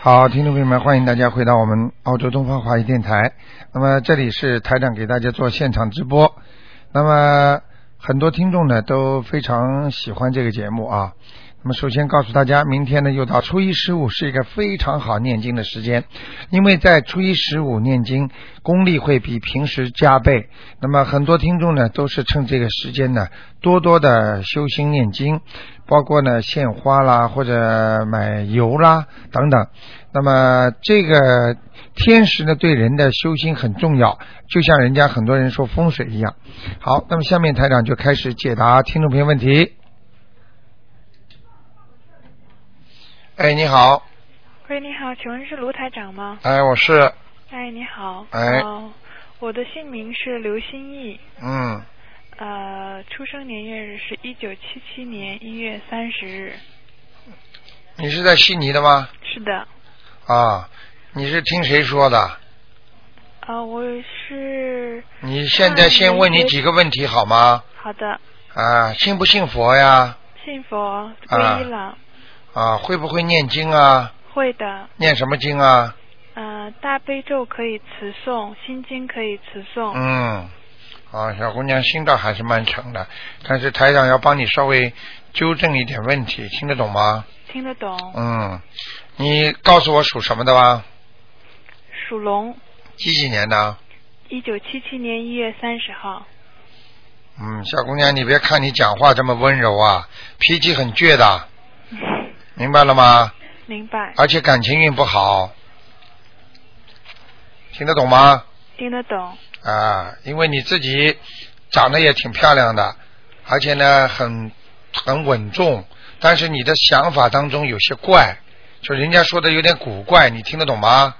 好，听众朋友们，欢迎大家回到我们澳洲东方华语电台。那么这里是台长给大家做现场直播。那么很多听众呢都非常喜欢这个节目啊。那么首先告诉大家，明天呢又到初一十五，是一个非常好念经的时间，因为在初一十五念经，功力会比平时加倍。那么很多听众呢都是趁这个时间呢，多多的修心念经，包括呢献花啦，或者买油啦等等。那么这个天时呢，对人的修心很重要，就像人家很多人说风水一样。好，那么下面台长就开始解答听众朋友问题。哎，你好，喂，你好，请问是卢台长吗？哎，我是，哎，你好。哎哦我的姓名是刘新义，嗯，呃，出生年月日是一九七七年一月三十日。你是在悉尼的吗？是的，啊，你是听谁说的？呃，我是你现啊在先问你几个问题好吗？好的，啊，信不信佛呀？信佛皈依了，啊，会不会念经啊？会的。念什么经啊？呃，大悲咒可以持诵，心经可以持诵。嗯，啊，小姑娘心倒还是蛮诚的，但是台长要帮你稍微纠正一点问题，听得懂吗？听得懂。嗯，你告诉我属什么的吧？属龙，几几年的？一九七七年一月三十号。嗯，小姑娘，你别看你讲话这么温柔啊，脾气很倔的，明白了吗？明白，而且感情运不好，听得懂吗？听得懂，啊，因为你自己长得也挺漂亮的，而且呢很很稳重，但是你的想法当中有些怪，就人家说的有点古怪，你听得懂吗？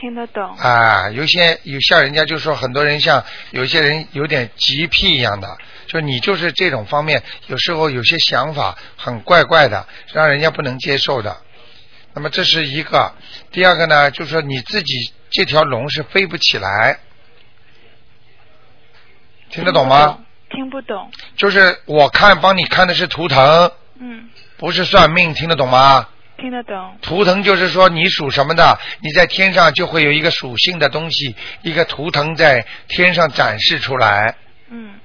听得懂，啊，有些有像人家就说很多人像有些人有点洁癖一样的，就你就是这种方面，有时候有些想法很怪怪的，让人家不能接受的。那么这是一个，第二个呢，就是说你自己这条龙是飞不起来，听得懂嗯吗？？听不懂，就是我看帮你看的是图腾，嗯，不是算命，听得懂吗？听得懂，图腾就是说你属什么的，你在天上就会有一个属性的东西，一个图腾在天上展示出来。嗯，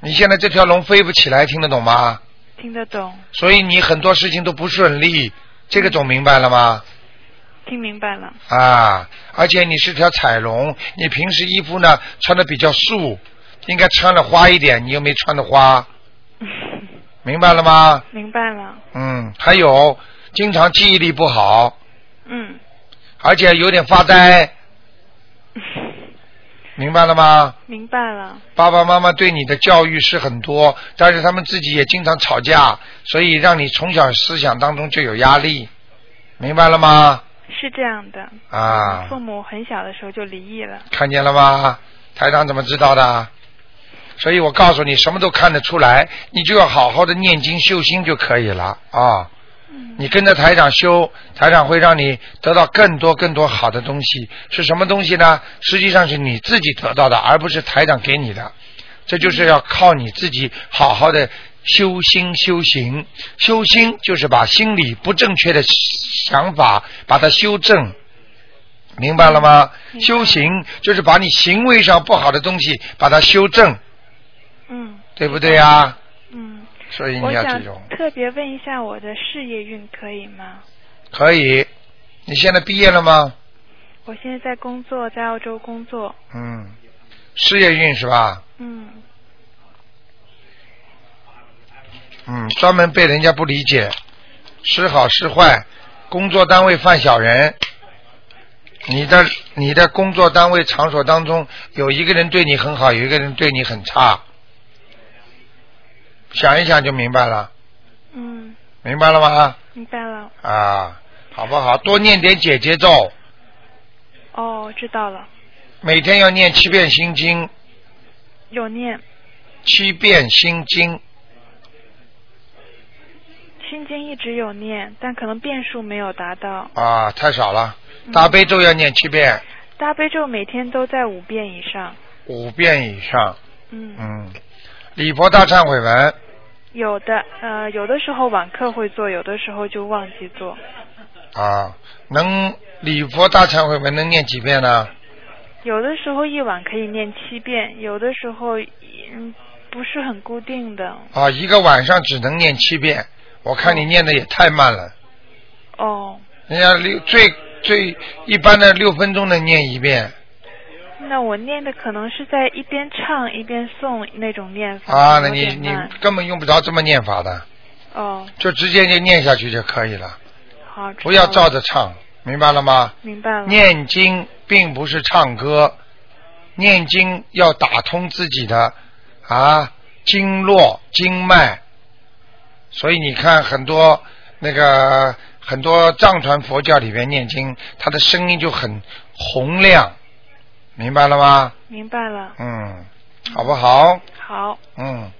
你现在这条龙飞不起来，听得懂吗？听得懂，所以你很多事情都不顺利，这个总明白了吗？听明白了，啊，而且你是条彩龙，你平时衣服呢穿的比较素，应该穿的花一点，你又没穿的花，明白了吗？明白了，嗯，还有经常记忆力不好，嗯，而且有点发呆，明白了吗？明白了，爸爸妈妈对你的教育是很多，但是他们自己也经常吵架，所以让你从小思想当中就有压力，明白了吗？是这样的。啊，父母很小的时候就离异了，看见了吗？台长怎么知道的？所以我告诉你，什么都看得出来，你就要好好的念经修心就可以了啊。嗯，你跟着台长修，台长会让你得到更多更多好的东西。是什么东西呢？实际上是你自己得到的，而不是台长给你的。这就是要靠你自己好好的修心修行。修心就是把心里不正确的想法把它修正，明白了吗？明白修行就是把你行为上不好的东西把它修正，嗯对不对呀？嗯，所以我你要想记住，特别问一下我的事业运可以吗？可以。你现在毕业了吗？我现在在工作，在澳洲工作，嗯，事业运是吧？嗯，嗯，专门被人家不理解，是好是坏，工作单位犯小人。你的你的工作单位场所当中，有一个人对你很好，有一个人对你很差。想一想就明白了，嗯，明白了吗？明白了，啊，好不好？多念点姐姐咒，哦，知道了，每天要念七遍心经，有念七遍心经。心经一直有念，但可能遍数没有达到。啊，太少了。嗯大悲咒要念七遍，大悲咒每天都在五遍以上。五遍以上。嗯，嗯，礼佛大忏悔文，有的，呃，有的时候晚课会做，有的时候就忘记做。啊，能礼佛大忏悔文能念几遍呢？有的时候夜晚可以念七遍，有的时候嗯不是很固定的。啊，一个晚上只能念七遍，我看你念的也太慢了。哦，人家六最最一般的六分钟能念一遍那我念的可能是在一边唱一边诵那种念法。啊，那有你点你慢根本用不着这么念法的，哦，就直接就念下去就可以了，好，不要知道照了着唱，明白了吗？明白了。念经并不是唱歌，念经要打通自己的啊经络经脉，所以你看很多那个很多藏传佛教里边念经，他的声音就很洪亮，明白了吗？明白了。嗯，好不好？好，嗯，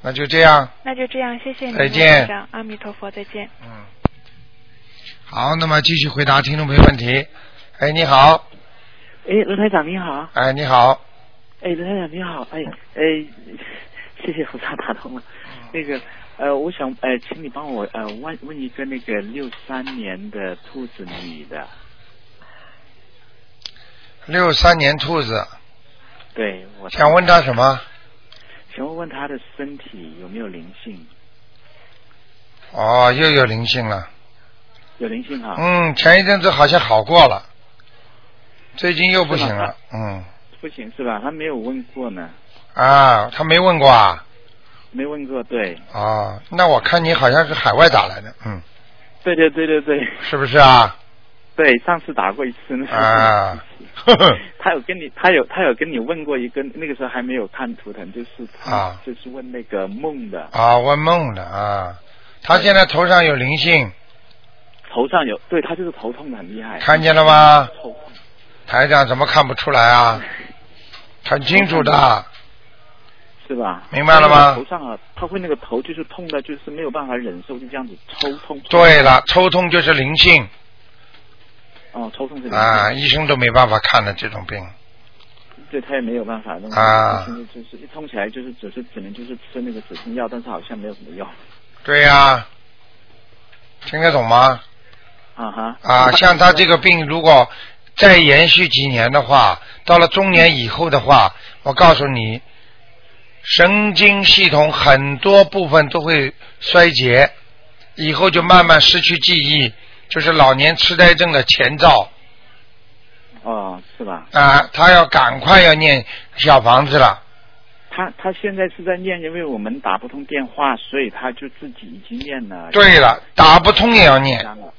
那就这样。那就这样，谢谢您，再见台长阿弥陀佛，再见。嗯，好，那么继续回答听众朋友问题。哎，你好，哎，卢台长你好，哎，你好，哎，卢台长你好，嗯哎，哎，谢谢菩萨打通了。啊那个，呃，我想，呃，请你帮我，呃，问问一个那个六三年的兔子女的，六三年兔子，对我想问他什么？想问问她的身体有没有灵性？哦，又有灵性了。有灵性哈，嗯，前一阵子好像好过了，最近又不行是啊了。嗯，不行是吧？她没有问过呢，啊，他没问过啊。没问过，对，哦，那我看你好像是海外打来的，嗯，对对对对对是不是啊？对，上次打过一次呢。 啊，呵呵，他有跟你，他有他有跟你问过一个，那个时候还没有看图腾，就是他、啊就是问那个梦的，啊，问梦了啊。他现在头上有灵性，头上有，对他就是头痛的很厉害。看见了吗？哎头痛，台长怎么看不出来啊？很清楚的，是吧？明白了吗头上啊，他会那个头就是痛的，就是没有办法忍受，就这样子抽痛。抽对。了，抽痛就是灵性哦，抽痛是灵啊，性。医生都没办法看的这种病对他也没有办法弄。啊就是就是一痛起来就是只是只能就是吃那个止痛药，但是好像没有什么用。对呀、听得懂吗？啊哈。啊，像他这个病，如果再延续几年的话，到了中年以后的话，我告诉你，神经系统很多部分都会衰竭，以后就慢慢失去记忆，就是老年痴呆症的前兆哦，是吧？啊。他要赶快要念小房子了。他他现在是在念，因为我们打不通电话，所以他就自己已经念了。啊对了，打不通也要念章了。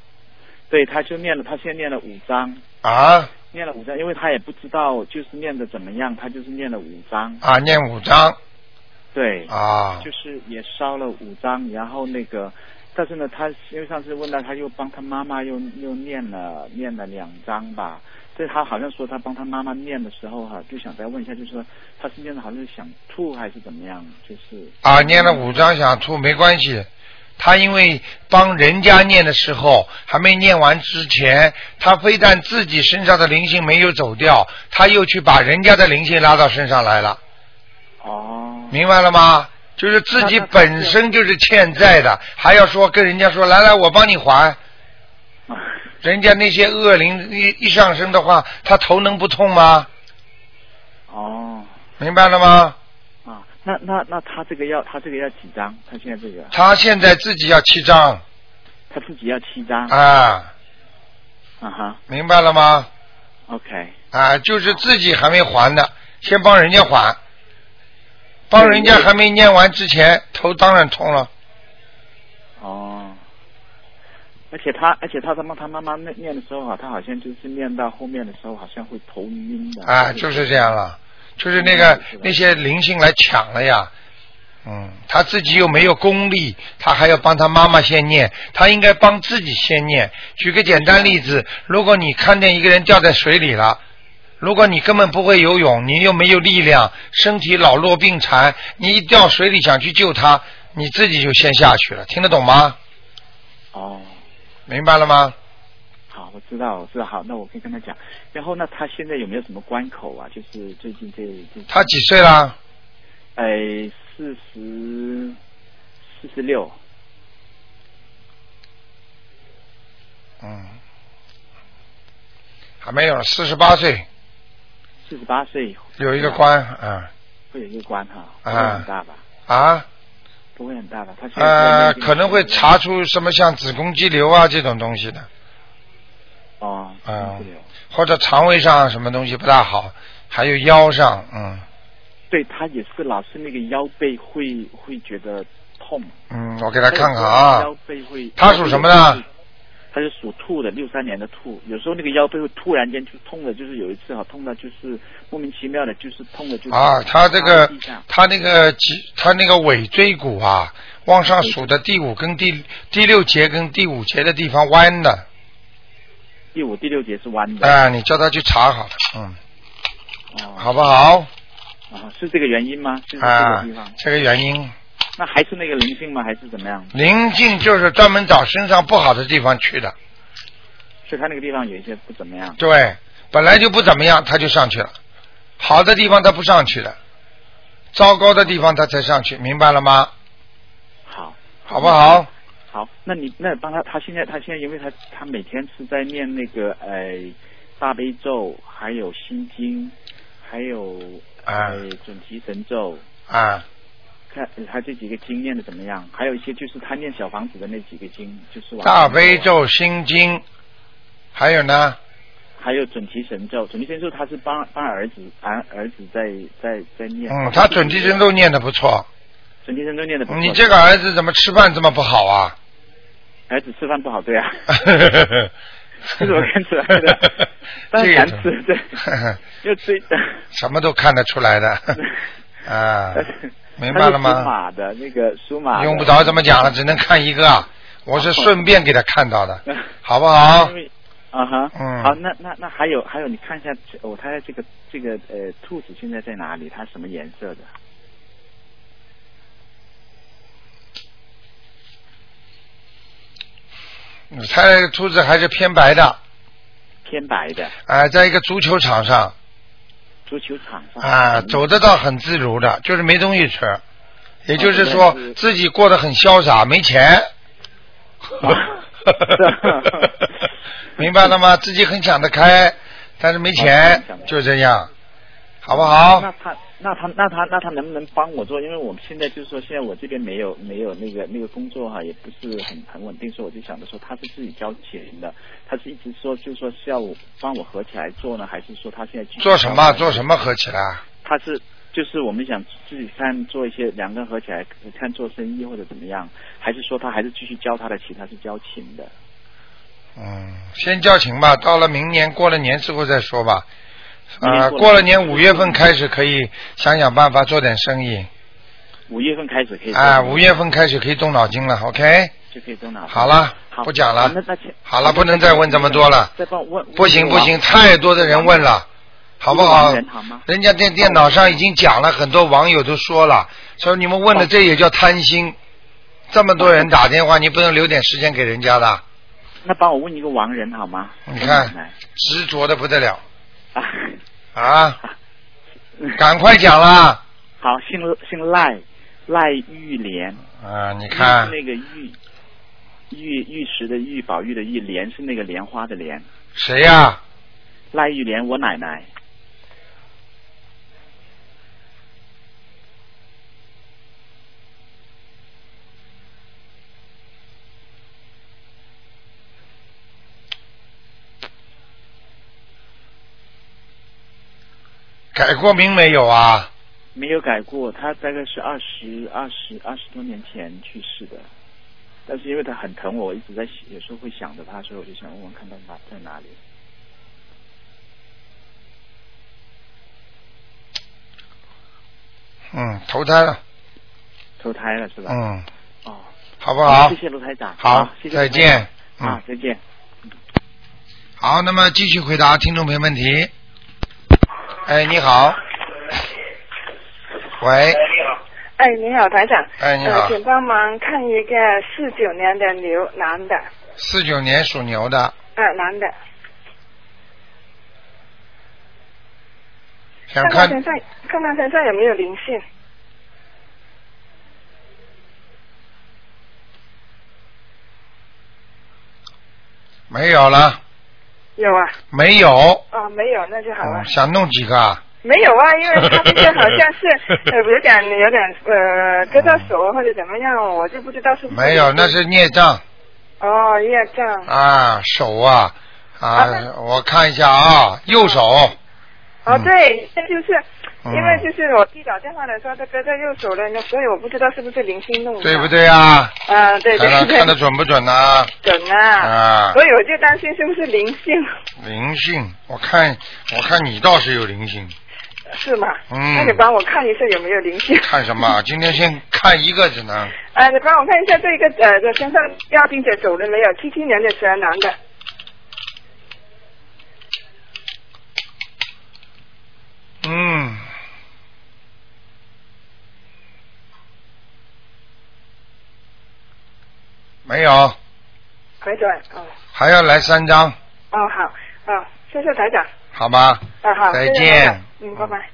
对，他就念了，他先念了五章，啊念了五章，因为他也不知道就是念的怎么样，他就是念了五章，啊，念五章对，啊就是也烧了五章，然后那个，但是呢，他因为上次问到，他又帮他妈妈又又念了念了两章吧，所以他好像说他帮他妈妈念的时候哈、就想再问一下，就是说他是念的好像是想吐还是怎么样，就是啊，念了五章想吐没关系。他因为帮人家念的时候，还没念完之前，他非但自己身上的灵性没有走掉，他又去把人家的灵性拉到身上来了，哦，明白了吗？就是自己那他本身就是欠债的，还要说跟人家说来来，我帮你 还。人家那些恶灵一一上升的话，他头能不痛吗？哦。明白了吗？啊，那那那他这个要他这个要几张？他现在这个他现在自己要七张他自己要七张啊啊，哈明白了吗？ ，OK，啊，就是自己还没还的，先帮人家还，帮人家还没念完之前，头当然痛了。哦。而且他，而且他他妈他妈妈念念的时候啊，他好像就是念到后面的时候，好像会头晕的。啊，就是这样了，就是那个嗯是的那些灵性来抢了呀。嗯，他自己又没有功力，他还要帮他妈妈先念，他应该帮自己先念。举个简单例子，如果你看见一个人掉在水里了，如果你根本不会游泳，你又没有力量，身体老弱病残，你一掉水里想去救他，你自己就先下去了，听得懂吗？哦，明白了吗？好，我知道，我知道，好，那我可以跟他讲。然后呢，他现在有没有什么关口啊？就是最近这这，他几岁啦？哎四十四十六嗯，还没有，四十八岁四十八岁有一个关啊会有一个关哈，不啊会很大吧？啊不会很大吧？他现在呃，在内地可能会查出什么像子宫肌瘤啊这种东西的，哦，嗯内地有或者肠胃上什么东西不大好，还有腰上，嗯对他也是老是那个腰背会会觉得痛。嗯，我给他看看啊，腰背会。他属什么呢？他是属兔的，六三年的兔。有时候那个腰背会突然间就痛的，就是有一次哈，痛到就是莫名其妙的，就是痛的就是啊，他这趴个在地上他那个脊他那个尾椎骨啊，往上数的第五跟第第六节跟第五节的地方弯的，第五、第六节是弯的。哎，你叫他去查好了，嗯，哦好不好？啊，是这个原因吗？就是这个啊地方。，这个原因，那还是那个灵性吗？还是怎么样？灵性就是专门找身上不好的地方去的，所以他那个地方有一些不怎么样。对，本来就不怎么样，他就上去了，好的地方他不上去的，糟糕的地方他才上去，明白了吗？好，好不好？好，那你那帮他，他现在他现在因为他他每天是在念那个呃大悲咒，还有心经，还有啊呃准提神咒，啊，看呃他这几个经念的怎么样？还有一些就是他念小房子的那几个经，就是往大悲，咒心经，还有呢，还有准提神咒。准提神咒他是帮帮儿子儿儿子在在在念。嗯，他准提神咒念的不错，准提神咒念的不错。你这个儿子怎么吃饭这么不好啊？儿子吃饭不好对啊？ 这这我看出来 的当然个啊是对就追的。 什么都看得出来的啊，明白了他是属吗？马的那个属马的，用不着这么讲 了，只能看一个啊，我是顺便给他看到的，好 不好因？为啊哈，嗯好，那那那还有还有，你看一下这哦，它的这个这个呃兔子现在在哪里？它什么颜色的？嗯他兔子还是偏白的，啊、偏白的，在一个足球场上足球场上啊、走得倒很自如的，就是没东西吃，也就是说哦对自己过得很潇洒，没 钱。明白了吗？自己很想得开，但是没钱哦想，得就这样，好不那好？他那他那他那他能不能帮我做？因为我们现在就是说，现在我这边没有没有那个那个工作哈、也不是很很稳定，所以我就想着说，他是自己交钱的，他是一直说就是说是要我帮我合起来做呢，还是说他现在做什么？做么？什么合起来啊？他是就是我们想自己看做一些两个人合起来看做生意或者怎么样，还是说他还是继续教他的琴，他是教琴的。嗯，先交情吧，到了明年过了年之后再说吧。啊、明年过了过了年五月份开始可以想想办法做点生意。五月份开始可以啊，五月份开始可以动脑筋了，OK？就可以做哪？好了好，不讲了那那请好了不能再问这么多了再帮我问不行不行，太多的人问，了，好不好网人好吗？人家在电脑上已经讲了，很多网友都说了，说你们问的这也叫贪心。这么多人打电话，你不能留点时间给人家的，那帮我问一个亡人好吗？你看我奶奶执着的不得了啊，啊！赶快讲啦！好，姓姓赖，赖玉莲，啊，你你看是，那个玉。玉玉石的玉，宝玉的玉，莲是那个莲花的莲，谁呀、赖玉莲，我奶奶。改过名没有啊？没有改过，他大概是二十二十二十多年前去世的，但是因为他很疼我，我一直在想有时候会想着他，所以我就想问问看他哪在哪里。嗯，投胎了，投胎了是吧？嗯，哦，好不好谢？谢卢台长。好谢，谢卢再台长见。嗯啊，，再见。好，那么继续回答听众朋友问题。哎，你好。喂，哎，你好，台长。哎你好呃，请帮忙看一个四九年的牛男的，四九年属牛的，呃，男的。想他身看上，看他身上有没有灵性？没有了，有啊，没有。啊，没有，那就好了嗯。想弄几个啊？没有啊，因为他这些好像 是呃有点有点呃割到手或者怎么样，我就不知道是不是没有，那是孽障哦业障啊，手啊啊啊那，我看一下啊，右手哦嗯对，那就是嗯因为就是我弟打电话来说他割在右手了，那所以我不知道是不是零星弄的，对不？对啊？啊对对看看对，看得准不准呢、准啊，啊，所以我就担心是不是灵性灵性，我看我看你倒是有灵性，是吗？嗯那你帮我看一下有没有灵性。看什么？ 今天先看一个只能呃，你帮我看一下这个呃，这身上要并且走了没有？七七年的蛇男的，嗯，没有，回转哦还要来三张，哦好哦，谢谢台长好吧？啊好，再谢谢见台长嗯，拜拜。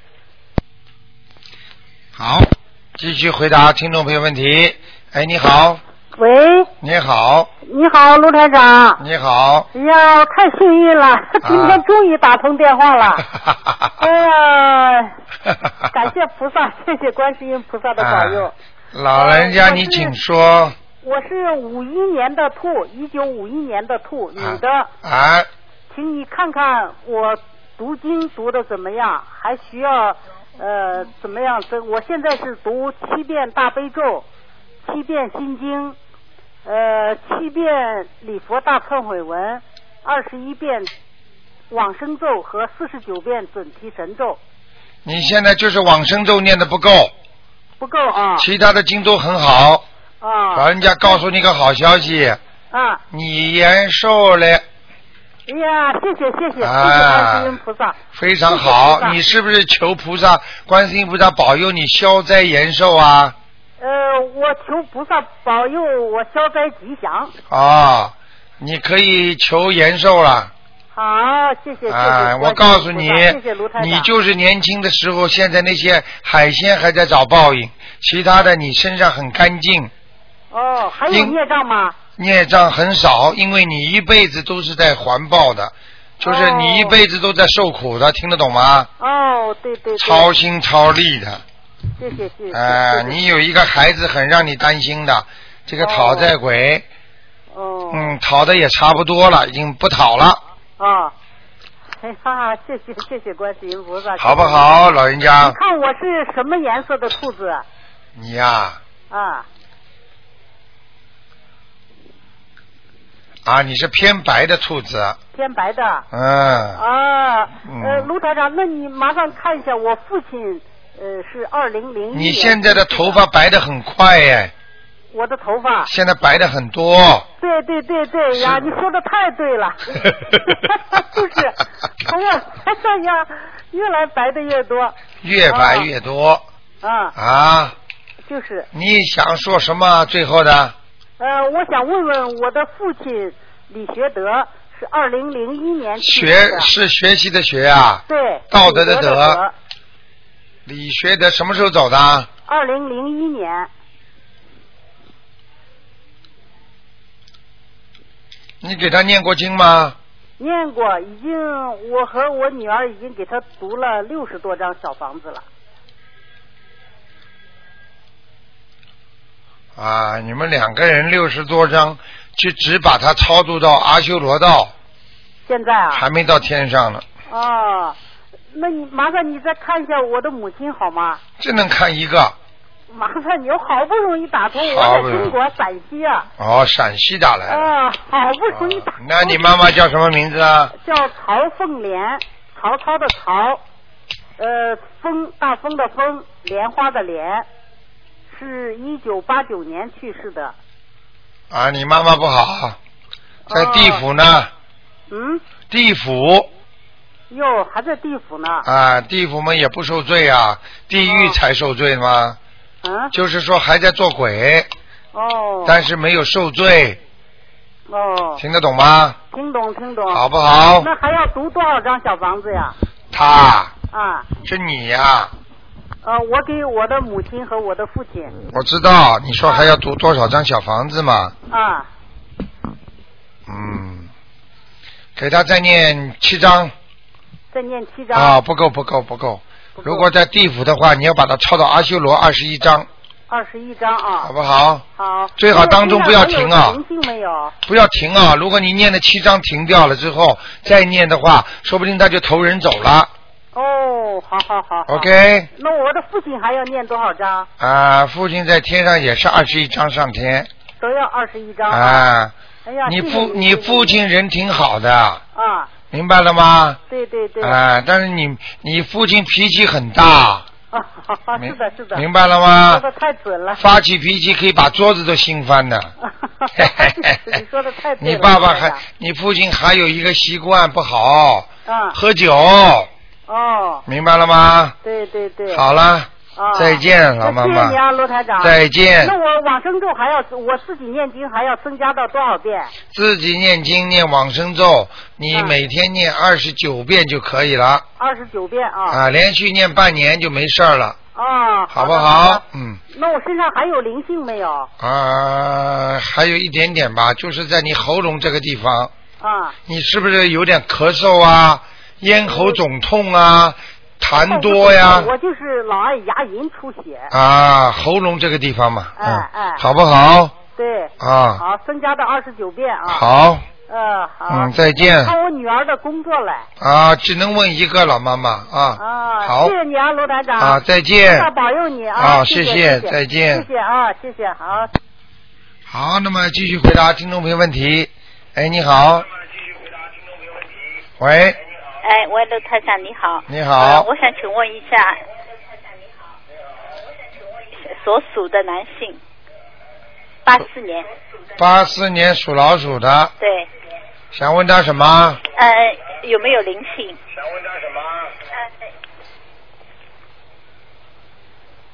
好，继续回答听众朋友问题。哎，你好，喂，你好，你好，卢台长。你好， 哎呀，太幸运了，啊今天终于打通电话 了。哎呀，感谢菩萨，谢谢观世音菩萨的保佑。啊老人家，你请说。我是五一年的兔，一九五一年的兔，女的，啊，请你看看我读经读的怎么样，还需要呃怎么样？这我现在是读七遍大悲咒，七遍心经，呃七遍礼佛大忏悔文，二十一遍往生咒和四十九遍准提神咒，你现在就是往生咒念的不够，不够啊其他的经都很好。老啊人家告诉你个好消息，啊！你延寿了，哎呀，谢谢谢谢谢谢啊观世音菩萨，非常谢谢菩好。萨你是不是求菩萨、观世音菩萨保佑你消灾延寿啊？呃，我求菩萨保佑我消灾吉祥。啊，你可以求延寿了。好，谢谢谢谢。啊，关我心告诉你菩萨谢谢卢台，长。你就是年轻的时候，现在那些海鲜还在找报应，其他的你身上很干净，哦，还有因孽障吗？孽障很少，因为你一辈子都是在还报的，就是你一辈子都在受苦的，听得懂吗？哦，对对对，操心操力的，谢谢谢 谢。啊，谢谢你有一个孩子很让你担心的，这个哦讨债鬼，哦嗯，讨的也差不多了，已经不讨了，啊，哎哈，谢谢 谢谢观世音菩萨，好不谢谢你？好，老人家你？看我是什么颜色的兔子啊你呀，啊？啊，你是偏白的兔子，偏白的嗯。啊。呃，嗯卢台长，那你麻烦看一下，我父亲呃是二零零一。你现在的头发？白的很快哎，我的头发。现在白的很多。对对对对呀，是你说的太对了， 就是，哎呀，哎呀，越来白的越多，越白越多啊，啊！就是，你想说什么？最后的呃，我想问问我的父亲李学德是二零零一年去世学的，是学习的学啊，对，道德的李德德德，李学德什么时候走的？二零零一年，你给他念过经吗？念过，已经我和我女儿已经给他读了六十多张小房子了，啊，你们两个人六十多章，就只把他超度到阿修罗道，现在啊，还没到天上呢。哦，那你麻烦你再看一下我的母亲好吗？只能看一个麻烦你，我好不容易打通，我好在不容易中国陕西啊，哦，陕西打来了。啊，好不容易打啊通。那你妈妈叫什么名字啊？叫曹凤莲，曹操的曹，呃，风大风的风，莲花的莲，是一九八九年去世的。啊，你妈妈不好，在地府呢，嗯，地府哟，还在地府呢。啊，地府们也不受罪啊，地狱才受罪嘛，嗯，就是说还在做鬼，哦，但是没有受罪，哦，听得懂吗？听懂听懂。好不好？那还要读多少张小房子呀？他啊，是你呀、呃，我给我的母亲和我的父亲我知道，你说还要读多少张小房子嘛？啊，嗯，给他再念七章再念七章。啊，不够不够不够。不够如果在地府的话，你要把它抄到阿修罗二十一章，二十一章啊。好不好？好。最好当中不要那停啊个地上还有灵性没有？不要停嗯啊！如果你念的七章停掉了之后再念的话，说不定他就投人走了。哦，好好好。好 OK 那我的父亲还要念多少章？啊，父亲在天上也是二十一章上天都要二十一章。啊。哎呀，你谢谢父你父亲人挺好的，啊，明白了吗？对对对。啊，但是你你父亲脾气很大，啊，哈哈明是的，是的。明白了说吗的？太准了。发起脾气可以把桌子都掀翻的。 你说的太对了。 你爸爸太还，你父亲还有一个习惯不好，啊喝酒，哦，明白了吗？对对对。好了，啊，再见，老妈那谢谢你妈，啊，罗台长。再见那。我往生咒还要我自己念经还要增加到多少遍？自己念经念往生咒，你嗯每天念二十九遍就可以了二十九遍啊。啊，连续念半年就没事儿了，啊，好不的好好的？嗯。那我身上还有灵性没有？啊，还有一点点吧，就是在你喉咙这个地方，啊，你是不是有点咳嗽啊、咽喉肿痛啊、痰多 呀？我就是老爱牙龈出血。啊，喉咙这个地方嘛，哎嗯哎，好不好？对。啊，好，增加到二十九遍啊。。好，呃，好。嗯，再见看我女儿的工作来。啊，只能问一个老妈妈啊，啊，好谢谢你啊，罗台长。啊，再见菩萨保佑你啊啊！谢谢，谢谢谢再见谢谢啊，谢谢，好。好，那么继续回答听众朋友问题。哎，你好。喂，哎，喂，陆台长你好。你好呃我想请问一下，所属的男性，八四年，八四年属老鼠的，对，想问他什么？呃，有没有灵性？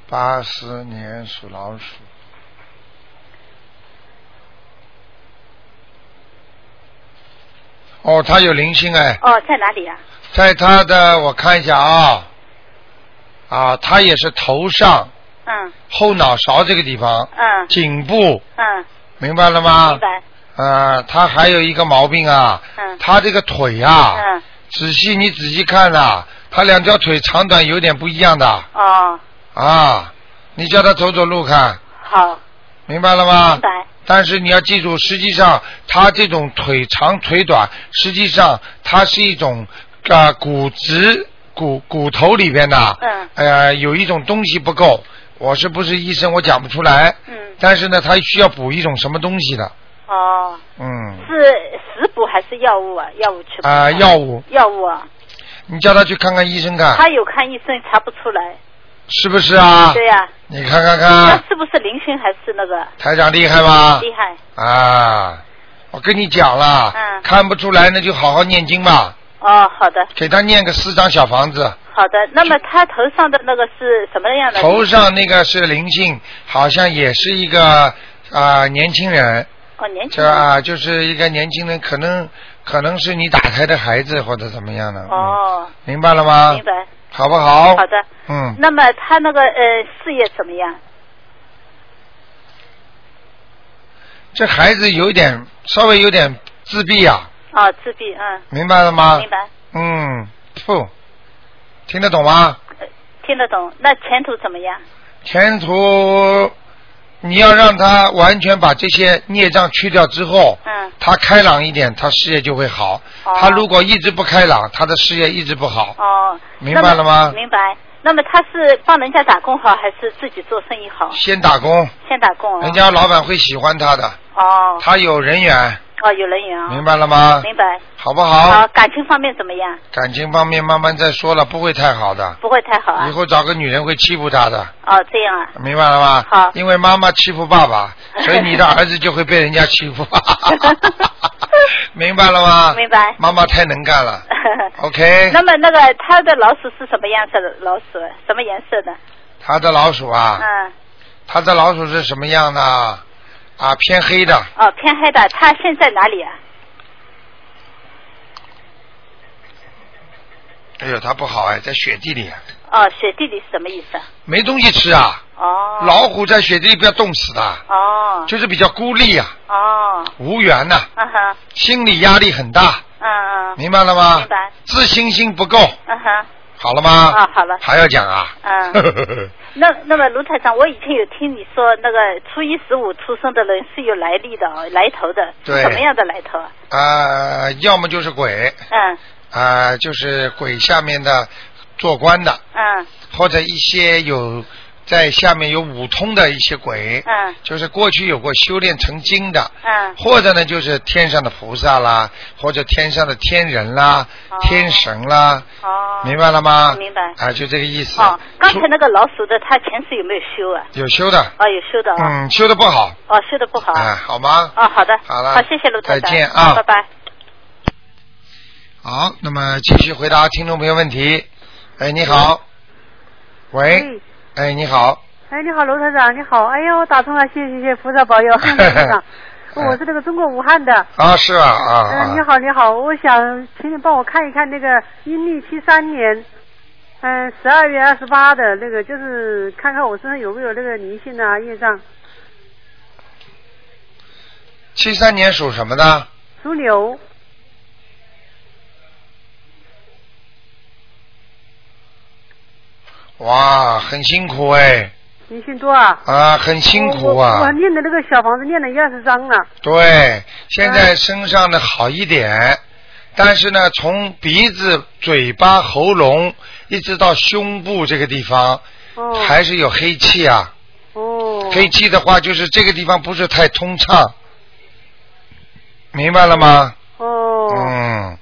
八四年属老鼠。哦，他有灵性哎，哦，在哪里啊？在他的我看一下啊，啊，他也是头上、嗯后脑勺这个地方、嗯颈部，嗯，明白了吗？明白。啊，他还有一个毛病啊，嗯他这个腿啊，嗯，仔细你仔细看呐、他两条腿长短有点不一样的哦，啊，你叫他走走路看，好，明白了吗明？白。但是你要记住，实际上他这种腿长腿短，实际上它是一种啊、呃骨质骨骨头里边的，嗯呃有一种东西不够。我是不是医生，我讲不出来。嗯但是呢，他需要补一种什么东西的，哦，嗯，是食补还是药物啊？药物吃不出啊、来药物，药物啊，你叫他去看看医生看，他有看医生查不出来，是不是啊？对呀、你看看他看，是不是灵性还是那个台长厉害吧？厉害？啊，我跟你讲了，嗯看不出来那就好好念经吧，哦，好的，给他念个四张小房子。好的。那么他头上的那个是什么样的？头上那个是灵性，好像也是一个啊、呃年轻人，哦，年轻这人。啊、就是一个年轻人，可能可能是你打胎的孩子或者怎么样的。嗯哦，明白了吗？明白。好不好？好。的。嗯，那么他那个呃事业怎么样？这孩子有点稍微有点自闭啊，哦，自闭，嗯，明白了吗？明。白，嗯，不，听得懂吗？听得懂。那前途怎么样？前途，你要让他完全把这些孽障去掉之后，嗯，他开朗一点，他事业就会好。哦他如果一直不开朗，他的事业一直不好。哦，明白了吗那么明白。那么他是帮人家打工好，还是自己做生意好？先打工，先打哦工、哦。人家老板会喜欢他的，哦他有人缘，哦，有人缘啊、明白了吗？明白。好不好，好？感情方面怎么样？感情方面慢慢再说了，不会太好的。不会太好啊以。后找个女人会欺负他的，哦，这样啊。明白了吗？好因为妈妈欺负爸爸，所以你的儿子就会被人家欺 负。明白了吗？明白妈 妈太能干了。OK。那么那个它的老鼠是什么样子的老鼠？什么颜色的？他的老鼠啊，嗯，他的老鼠是什么样的？啊，偏黑的。哦，偏黑的。它现在哪里啊？哎呦，他不好哎，在雪地里，哦，雪地里是什么意思啊？没东西吃啊。哦。老虎在雪地里不要冻死的，哦。就是比较孤立啊，哦。无缘呐、嗯哼，心理压力很大，嗯嗯啊，明白了吗明白？自信心不够，嗯哼，好了吗？啊好了还要讲啊？ 嗯。那那么卢台长，我以前有听你说那个初一十五出生的人是有来历的、哦，来头的，对什么样的来头啊？呃，要么就是鬼，嗯啊，就是鬼下面的做官的，嗯或者一些有在下面有五通的一些鬼，嗯就是过去有过修炼成精的，嗯或者呢就是天上的菩萨啦，或者天上的天人啦、哦天神啦，哦，明白了吗？明白啊，就这个意思。哦，刚才出那个老鼠的，他前世有没有修啊？有修的，哦，有修的哦，嗯，修的不好，哦，修的不好。哎，好吗？哦，好的，好了好，谢谢卢台长，再见啊拜拜。好，那么继续回答听众朋友问题。哎，你好，嗯喂，哎，你好，，哎，你好，罗团长，你好，哎呀，我打通了，谢谢谢谢，菩萨保佑，谢谢台长 哦我是那个中国武汉的，啊，是吧？啊嗯、啊你，好你好，我想请你帮我看一看那个阴历七三年，嗯、十二月二十八的那个，就是看看我身上有没有那个灵性啊业障，七三年属什么的？属牛，哇，很辛苦哎，灵性多啊，啊，很辛苦我我我啊。念的那个小房子念了一二十章了，对，现在身上呢好一点，但是呢，从鼻子、嘴巴、喉咙一直到胸部这个地方，哦还是有黑气啊。哦，黑气的话，就是这个地方不是太通畅，明白了吗？哦，嗯，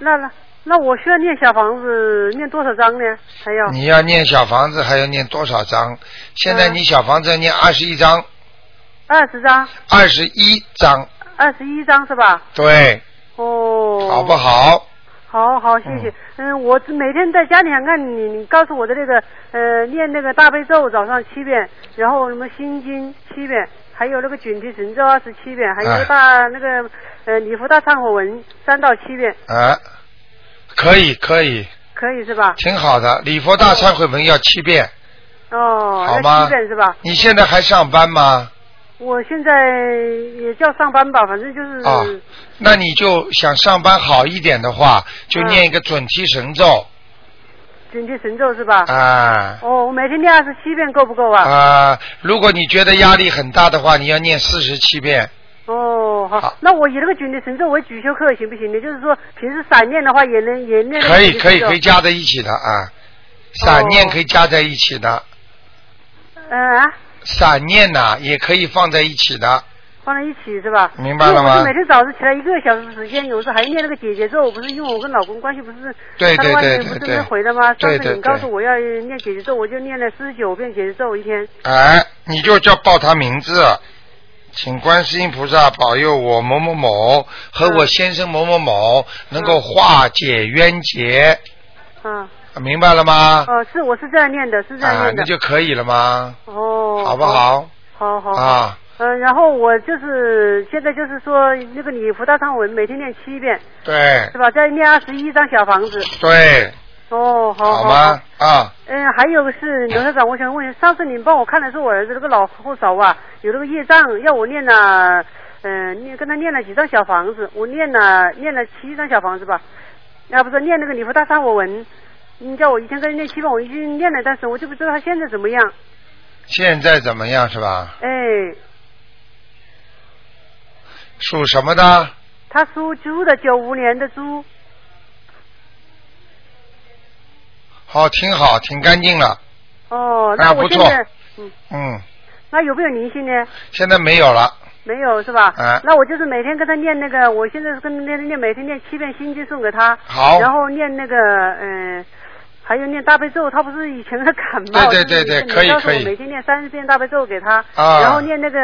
那那那我需要念小房子念多少章呢？还要嗯你要念小房子还要念多少章？现在嗯你小房子念二十一章，二十章，二十一章，二十一章是吧？对，哦，好不？好？好好，谢谢。嗯，我每天在家里想看你，你告诉我的那个呃，念那个大悲咒早上七遍，然后什么心经七遍，还有那个准提神咒二十七遍，还有哎大、那个呃礼佛大忏悔文三到七遍，啊，可以可以，可以是吧？挺好的。礼佛大忏悔文要七遍，哦，好那吗七遍是吧？你现在还上班吗？我现在也叫上班吧，反正就是、啊那你就想上班好一点的话，就嗯念一个准提神咒准提神咒是吧？啊哦，我每天念二十七遍够不够啊？啊！如果你觉得压力很大的话，你要念四十七遍。哦，好，好那我以那个准提神咒为主修课行不行呢？就是说平时散念的话也能也念那个可以准提可神以咒可以加在一起的啊，散念可以加在一起的，嗯、啊散念呐、也可以放在一起的。放在一起是吧？明白了因为我吗是每天早上起来一个小时时间，有时候还念那个姐姐咒，不是因为我跟老公关系不是，对他的对外面对不对是对没回的吗？上对对次对你告诉我要念姐姐咒，我就念了四十九遍姐姐咒一天。哎，你就叫报他名字，请观世音菩萨保佑我某某某和我先生某某某能够化解冤结，嗯，明白了吗？哦、是我是这样念的，是这样啊，念的。那就可以了吗？哦，好不？好？好好。啊，嗯，然后我就是现在就是说那个礼佛大忏文每天念七遍对是吧？再念二十一张小房子。对，哦，好好吗？？啊，嗯，还有个是刘校长，我想问一下，上次您帮我看的是我儿子那个脑后勺啊，有那个业障，要我念了，嗯、念跟他念了几张小房子，我念了念了七张小房子吧，啊，不是念那个礼佛大忏悔文，你叫我以前跟他念七本，我已经念了，但是我就不知道他现在怎么样，现在怎么样是吧？哎，属什么的？他属猪的，九五年的猪，好，挺好，挺干净了。哦，啊那我不现错在，嗯，嗯，那有没有灵性呢？现在没有了。没有是吧？哎那我就是每天跟他念那个，我现在是跟他念念每天念七遍心经送给他，好然后念那个嗯、呃还有念大悲咒，他不是以前是感冒，对对就是对对可以你告诉可以我每天念三十遍大悲咒给他，啊然后念那个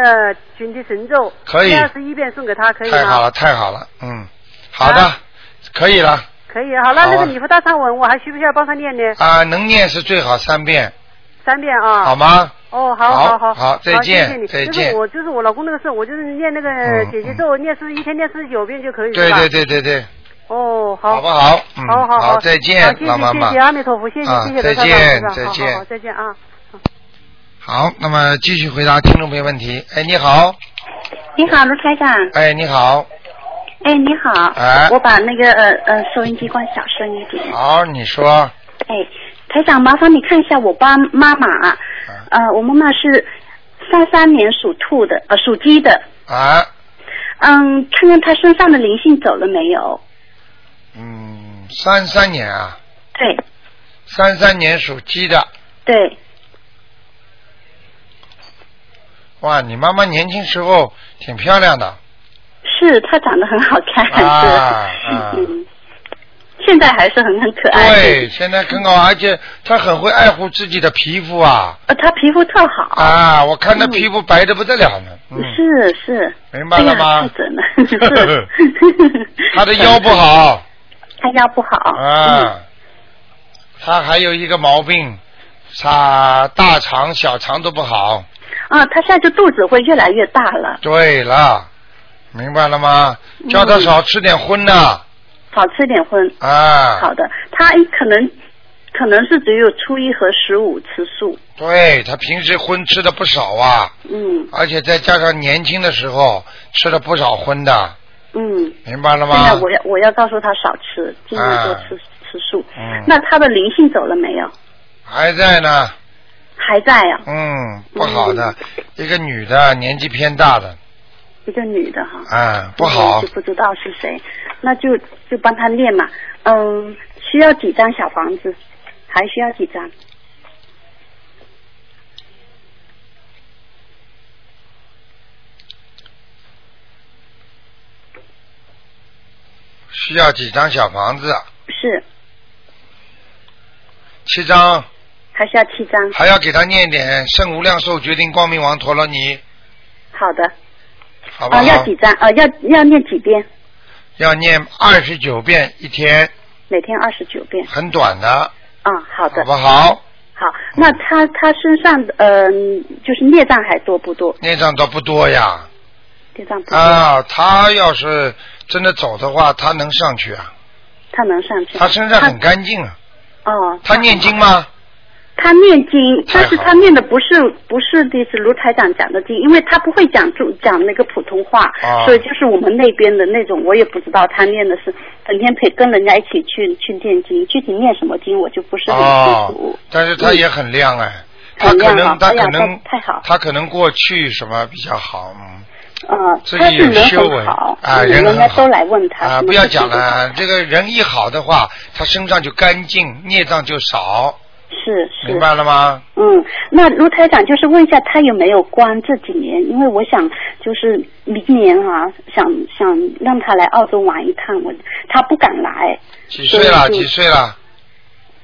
准提神咒，可以念二十一遍送给他，可以吗？太好了，太好了，嗯，好的，啊可以了可以，好了，好啊那个礼佛大忏文我还需不需要帮他念呢？啊、能念是最好三遍，三遍啊。好吗？哦，好好好好再见谢谢你。再就见是我就是我老公那个事，我就是念那个嗯姐姐咒，念四一天念四十九遍就可以，对是吧对。对对对，哦，好好不好？嗯，好好好，再好见谢，谢老妈妈谢谢。阿弥陀佛，谢谢啊谢谢再罗台长见台长再好见好好再见啊。好，那么继续回答听众朋友问题。哎，你好，你好，卢台长，哎，你好，哎，你好，哎我把那个呃呃收音机关小声一点。好，你说哎，台长，麻烦你看一下我爸妈妈，哎呃，我妈妈是三三年属兔的，呃，属鸡的，啊，嗯，看看她身上的灵性走了没有？嗯，三三年啊，对三三年属鸡的，对，哇，你妈妈年轻时候挺漂亮 的是她长得很好看，啊是，啊，嗯， 现在还是很很可爱，对，现在很好，而且她很会爱护自己的皮肤啊呃，她皮肤特好，啊，我看她皮肤白的不得了呢，嗯，是是，明白了哎呀吗太？准了， 是， 她的腰不好她腰不好，嗯，啊，她还有一个毛病，她大肠小肠都不好。啊，她现在就肚子会越来越大了，对了，明白了吗？嗯叫他少吃点荤呐、少吃点荤。啊，好的，他可能可能是只有初一和十五吃素，对他平时荤吃的不少啊，嗯而且再加上年轻的时候吃了不少荤的，嗯。明白了现在吗？我要我要告诉他少吃，尽量多啊吃、吃素。嗯那他的灵性走了没有？还在呢，还在啊呀、嗯，不好的，嗯一个女的，年纪偏大的，一个女的哈。啊，不好就，不知道是谁，那就就帮他念嘛。嗯，需要几张小房子？还需要几张？需要几张小房子，是，七张，还需要七张？还要给他念点圣无量寿决定光明王陀罗尼，好的。好不啊，好？要几张？啊，要要念几遍？要念二十九遍一天，每天二十九遍。很短的，啊，好好的不。好？好，那他他身上的呃，就是孽障还多不多？孽障倒不多呀。孽障不多，啊，他要是真的走的话，他能上去啊。他能上去。他身上很干净啊。嗯他哦，他念经吗？他念经，太好但是他念的不是不是就是卢台长讲的经，因为他不会讲中讲那个普通话，啊所以就是我们那边的那种，我也不知道他念的是，整天陪跟人家一起去去念经，具体念什么经我就不是很清哦楚。，但是他也很亮哎。他很可能，亮啊他哎呀可能太太好，他可能过去什么比较好，嗯，呃，自他己是有人修为很好，啊，嗯人人很家好都来问他啊，什么不要事情讲都好了，这个人一好的话，他身上就干净，孽障就少，是是明白了吗？嗯，那卢台长就是问一下，他有没有关这几年？因为我想就是明年啊，想想让他来澳洲玩一趟，我他不敢来。几岁了？对几岁了？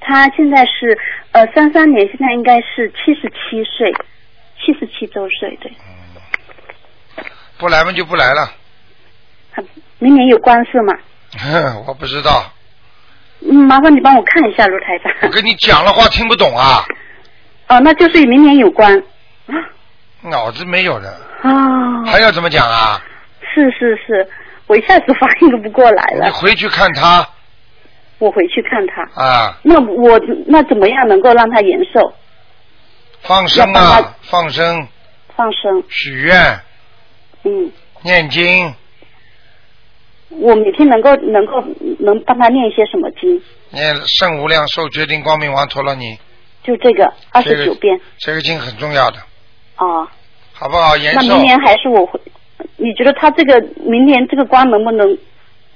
他现在是呃三三年，现在应该是七十七岁，七十七周岁，对。不来嘛就不来了，他明年有官司嘛？ 我不知道。嗯，麻烦你帮我看一下卢台长。 我跟你讲了话听不懂啊，哦，那就是明年有关啊脑子没有的，啊、还要怎么讲啊？是是是，我一下子反应不过来你了，回去看他我回去看他。啊，那我那怎么样能够让他延寿放生要帮他啊，放生，放生？许愿，嗯，念经，我每天能够能够能帮他念一些什么经？念圣无量寿决定光明王陀罗尼，就这个二这十个九遍这个经很重要的，哦。好不好？延那寿明，年还是我回？你觉得他这个明年这个关能不能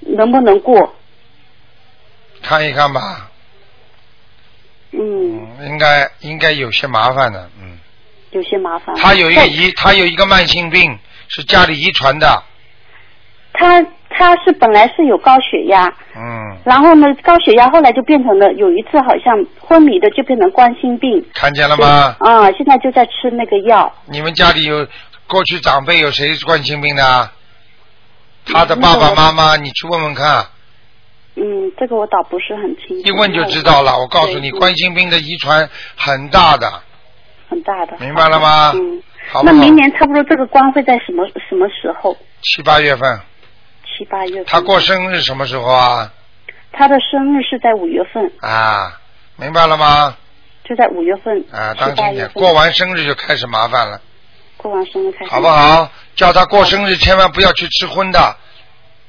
能不能过？看一看吧，嗯，嗯，应该应该有些麻烦的，嗯，有些麻烦。他有一个但遗，他有一个慢性病，是家里遗传的，他他是本来是有高血压，嗯，然后呢高血压后来就变成了有一次好像昏迷的就变成冠心病。看见了吗？啊，现在就在吃那个药。你们家里有过去长辈有谁是冠心病的啊？他的爸爸妈妈，你去问问看，嗯，这个我倒不是很清楚。一问就知道了。我告诉你，对嗯冠心病的遗传很大的，很大的。明白了吗嗯，好不那好？明年差不多这个关会在什么什么时候？七八月份，七八月份。他过生日什么时候啊？他的生日是在五月份，啊，明白了吗？就在五月份。啊，七当八心月点，份过完生日就开始麻烦了，过完生日开始。好不？好？叫他过生日千万不要去吃荤的，啊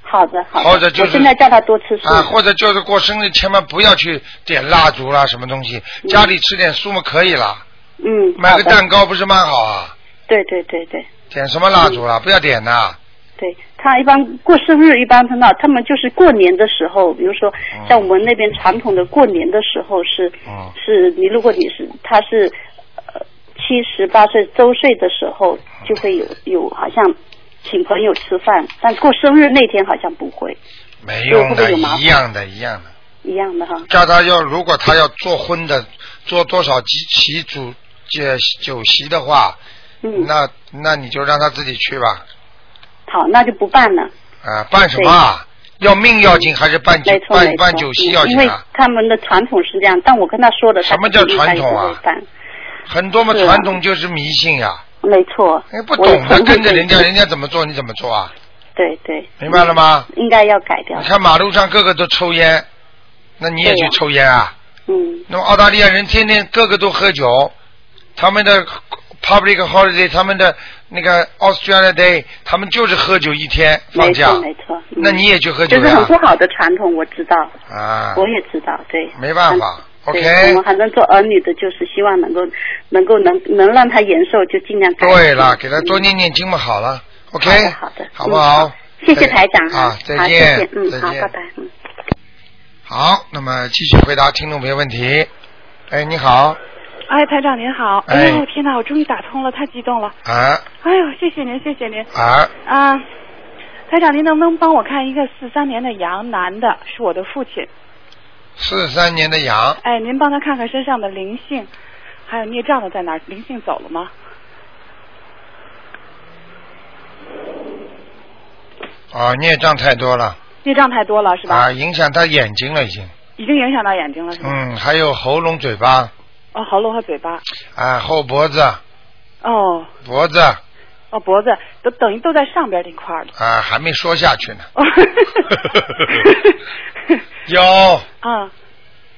好的，好的。或者就是我现在叫他多吃素。啊，或者就是过生日，千万不要去点蜡烛啦，什么东西，家里吃点素嘛可以啦，嗯，买个好的蛋糕不是蛮好啊？对对对对点什么蜡烛啊嗯啦？不要点呐，对，他一般过生日，一般他那他们就是过年的时候，比如说哦像我们那边传统的过年的时候是、嗯是，你如果你是他是七十八岁周岁的时候，就会有有好像请朋友吃饭，但过生日那天好像不会没用会不会的，有麻烦嗯一样的，一样的。一样的哈。叫他要，如果他要做婚的，做多少几席主这酒席的话，嗯，那那你就让他自己去吧。好，那就不办了。啊，办什么啊？要命要紧还是办酒没错办没错，办酒席要嗯因紧为啊？他们的传统是这样，但我跟他说的，什么他叫肯定他传统啊也不会办很多嘛是啊传统就是迷信呀、没错，哎，不我也懂的从跟着人家，这人家怎么做你怎么做啊？对对，明白了吗？应该要改掉你。看马路上个个都抽烟，那你也嗯对去呀抽烟啊？嗯，那么澳大利亚人天天个个都喝酒，他们的 public holiday，他们的那个 Australia Day，他们就是喝酒一天放没假错。没错。嗯那你也去喝酒就是呀很不好的传统，我知道，啊，我也知道，对。没办法对 OK 我们反正做儿女的，就是希望能够能够能能让他延寿，就尽量改。对了，给他嗯多念念经嘛，好了，OK，好的好的，好不嗯好？谢谢台长哈啊，再好谢见谢，嗯，再好，见拜拜，嗯。好，那么继续回答听众朋友问题。哎，你好，哎，台长您好！哎哎呦，天哪，我终于打通了，太激动了！啊哎呦，谢谢您，谢谢您啊，啊！台长，您能不能帮我看一个四三年的羊男的，是我的父亲？四三年的羊，哎，您帮他看看身上的灵性，还有孽障的在哪儿？灵性走了吗？啊，孽障太多了，孽障太多了是吧？啊，影响他眼睛了已经，已经影响到眼睛了是吧？嗯，还有喉咙、嘴巴，哦，喉咙和嘴巴，啊，后脖子、哦脖子啊，哦，脖子都等于都在上边这块儿了。还没说下去呢。哦腰啊，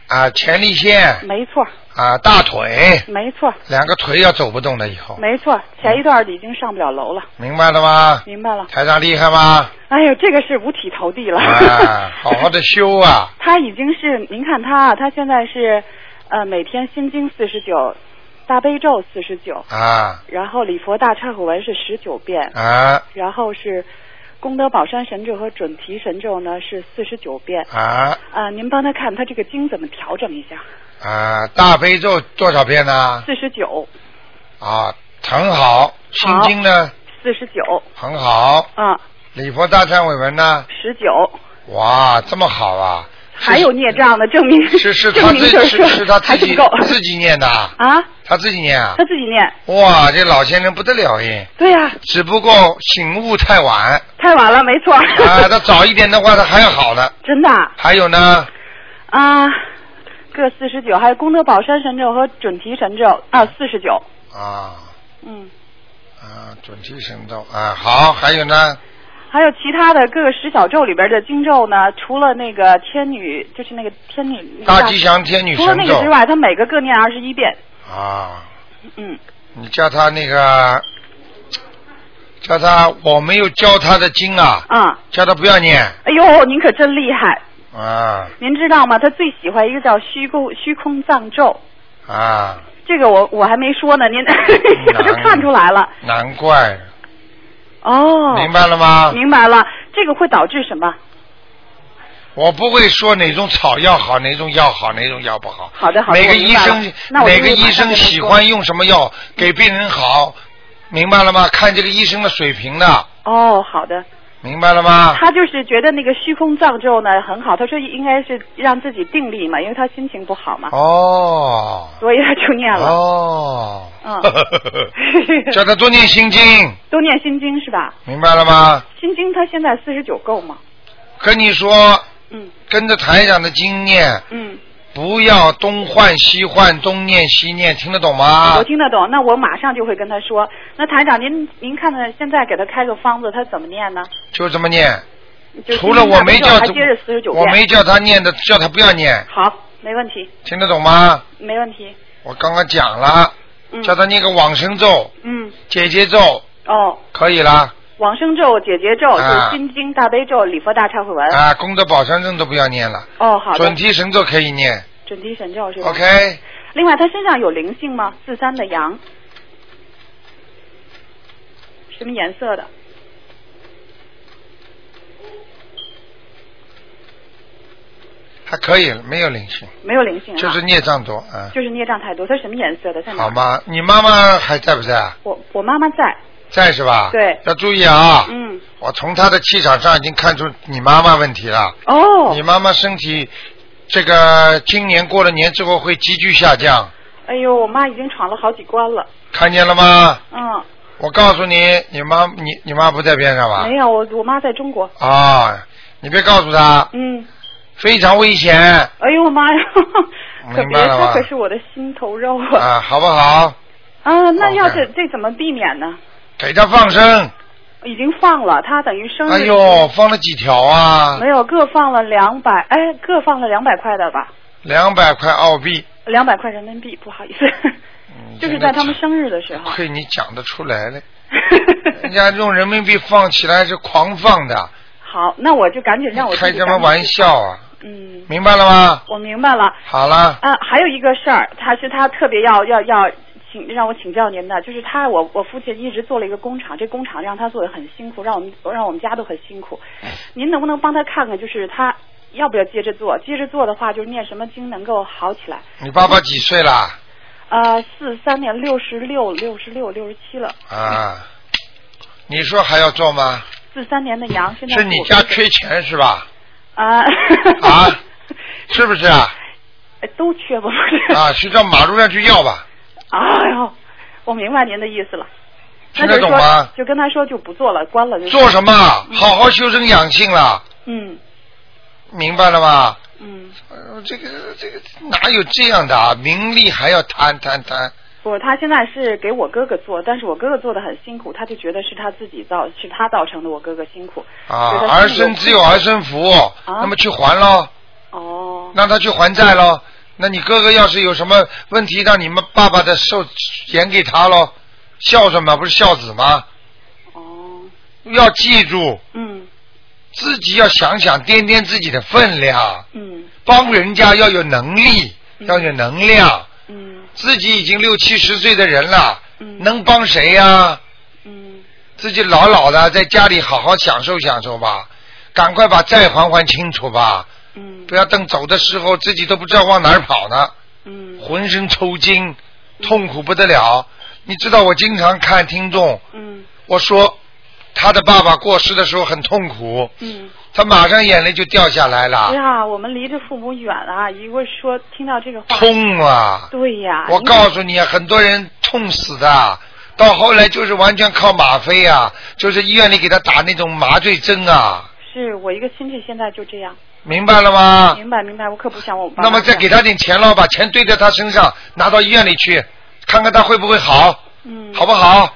啊，前列腺没错，啊，大腿，没错，两个腿要走不动了以后，没错，前一段儿已经上不了楼了，明白了吗？明白了。台上厉害吗？哎呦，这个是五体投地了。啊，好好的修啊，他已经是，您看他啊，他现在是，呃，每天心经四十九，大悲咒四十九，啊然后礼佛大忏悔文是十九遍，啊然后是功德宝山神咒和准提神咒呢是四十九遍。啊啊、您帮他看他这个经怎么调整一下？啊！大悲咒多少遍呢？四十九，啊，很好。心经呢，四十九，很好。啊，礼佛大忏悔文呢，十九，哇，这么好 啊！还有孽障呢，证明是是他证明自就是说是他还自是不己够自己念的啊，啊，他自己念啊他。自己念，哇，这老先生不得了耶！对呀、只不过醒悟太晚啊，太晚了，没错。 他早一点的话，他还要好呢。真的啊还有呢，啊，各四十九，还有功德宝山神咒和准提神咒啊，四十九。啊嗯，啊，准提神咒啊，好，还有呢，还有其他的各个十小咒里边的经咒呢，除了那个天女，就是那个天女那个大吉祥天女除了那神个咒之外，他每个各念二十一遍。啊，嗯，你叫他那个，叫他我没有教他的经啊，啊，叫他不要念哎呦，您可真厉害！啊您知道吗？他最喜欢一个叫虚空虚空藏咒， 啊，这个我我还没说呢，您嗯他 就看出来了。难怪，哦，明白了吗？明白了，这个会导致什么？我不会说哪种草药好，哪种药好，哪种药不好。好的好的每个我明医白了生，那我就每个立马医生上就喜说欢用什么药给病人好，明白了吗？看这个医生的水平的，哦，好的。明白了 吗？他就是觉得那个虚空藏咒呢很好，他说应该是让自己定力嘛，因为他心情不好嘛，哦，所以他就念了，哦，嗯 叫他多念心经，都念心经是吧？明白了吗？心经他现在四十九够吗？跟你说，嗯跟着台长的经念，嗯，不要东换西换，东念西念，听得懂吗我？听得懂，那我马上就会跟他说。那台长您您看看现在给他开个方子，他怎么念呢？就这么念。就是除了我没叫还接着四十九我遍，没叫他念的，叫他不要念，好，没问题，听得懂吗？没问题，我刚刚讲了，嗯叫他念个往生咒、嗯解结咒，哦可以啦。往生咒、解结咒、啊就是心经、大悲咒、礼佛大忏悔文。啊，功德宝山咒都不要念了，哦，好的。准提神咒可以念。准提神咒是吧 OK，另外，他身上有灵性吗？四三的羊，什么颜色的？还可以了，没有灵性，没有灵性啊。就是孽障多啊。就是孽障太多。他什么颜色的？在哪？好。吗？你妈妈还在不在啊？我我妈妈在。在是吧？对。要注意啊！嗯。我从她的气场上已经看出你妈妈问题了。哦。你妈妈身体，这个今年过了年之后会急剧下降，哎呦，我妈已经闯了好几关了。看见了吗？嗯，我告诉你，你妈你你妈不在边上吧？没有，我我妈在中国。啊，你别告诉她，嗯，非常危 险，哎呦我妈呀，可明别，白了她吗可？是我的心头肉啊！啊，好不好？啊，那要这这怎么避免呢？给她放生。已经放了，她等于生日。哎呦，放了几条啊？没有，各放了两百，哎，各放了两百块的吧，两百块澳币，两百块人民币，不好意思，嗯 就是在他们生日的时候。亏你讲得出来 了。人家用人民币放起来是狂放的，好，那我就赶紧让我自开己什么赶紧玩笑啊？嗯，明白了吗？我明白了。好了，啊，还有一个事儿，他是他特别要要要请让我请教您的，就是他我我父亲一直做了一个工厂，这工厂让他做的很辛苦，让我们让我们家都很辛苦。哎您能不能帮他看看，就是他要不要接着做？接着做的话，就是念什么经能够好起来？你爸爸几岁啦？呃，四三年六十六六十六六十七了，啊，你说还要做吗？四三年的羊现在是你家缺钱是吧？啊 啊，是不是啊？都缺吧？啊，去到马路上去要吧。哎呦，我明白您的意思了。听那得就是懂说吗？就跟他说就不做了，关了就。做什么？好好修身养性了，嗯明白了吗？嗯，呃这个这个哪有这样的啊？名利还要贪贪贪，不，他现在是给我哥哥做，但是我哥哥做的很辛苦，他就觉得是他自己造，是他造成的，我哥哥辛苦。啊觉得，儿心里孙只有儿孙福，那么去还喽。哦。让他去还债喽。那你哥哥要是有什么问题，让你们爸爸的受演给他喽。孝顺嘛，不是孝子吗？哦。要记住，嗯自己要想想掂掂自己的分量，嗯帮人家要有能力，要有能量。嗯。自己已经六七十岁的人了，能帮谁呀、嗯。自己老老的在家里好好享受享受吧，赶快把债还还清楚吧。嗯。不要等走的时候自己都不知道往哪儿跑呢，嗯浑身抽筋，痛苦不得了。你知道我经常看听众，嗯我说他的爸爸过世的时候很痛苦，嗯。他马上眼泪就掉下来哎了，呀，我们离着父母远啊，一会儿说听到这个话。痛啊！对呀。我你告诉你，啊很多人痛死的，到后来就是完全靠吗啡啊，就是医院里给他打那种麻醉针啊，是我一个亲戚现在就这样。明白了吗？明白明白，我可不想我爸爸那么再这样给他点钱喽，把钱堆在他身上，拿到医院里去，看看他会不会好，嗯，好不好？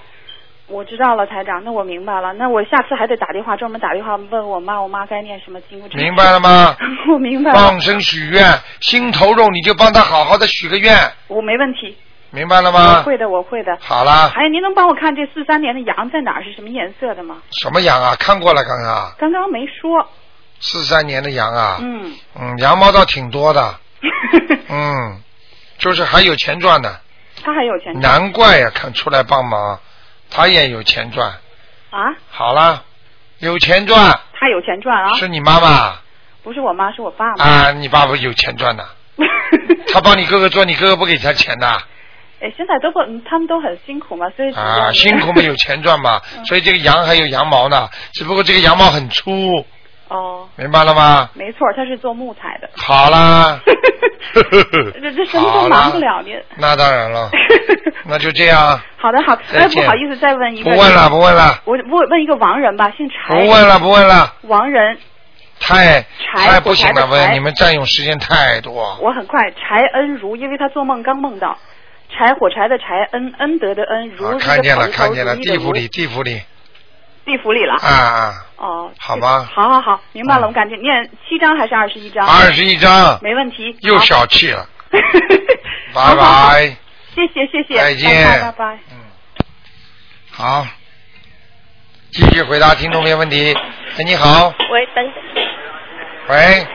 我知道了，台长，那我明白了，那我下次还得打电话专门打电话问我妈，我妈该念什么经？我真明白了吗？嗯 我明白了放，生许愿，心头肉，你就帮他好好的许个愿，我没问题，明白了我吗？嗯会的，我会的。好啦，哎，您能帮我看这四三年的羊在哪儿是什么颜色的吗？什么羊啊？看过了，刚刚刚刚没啊说。四三年的羊啊，嗯，嗯，羊毛倒挺多的，嗯，就是还有钱赚的，他还有钱赚难怪呀、肯出来帮忙，他也有钱赚。啊，好啦，有钱赚他有钱赚啊，是你妈妈不是我妈，是我爸妈。啊，你爸爸有钱赚的，他帮你哥哥做，你哥哥不给他钱的。哎，现在都不，嗯他们都很辛苦嘛，所以啊，辛苦没有钱赚嘛，所以这个羊还有羊毛呢，只不过这个羊毛很粗，哦，明白了 吗？没错，他是做木材的，好啦， 这这什么都忙不了您。那当然了，那就这样，好的，好，再哎，见不好意思，再问一个。不问了不问了。我我问一个亡人吧，姓柴。不问了不问了。亡人，太柴太不行火柴了，的问柴你们占用时间太多，我很快，柴恩如，因为他做梦刚梦到，柴火柴的柴，恩恩德的恩，如、啊是一个看见了蓬头看见了，如意的地府如里地府里地府里了。啊啊，哦，好吧，好好好，明白了，我赶紧念七章还是啊二十一章？ 21章没问题。又好，小气 了，拜好好拜。谢谢谢谢，再见拜拜拜拜。好，继续回答听众朋友问题。哎，你好，喂，等等，喂，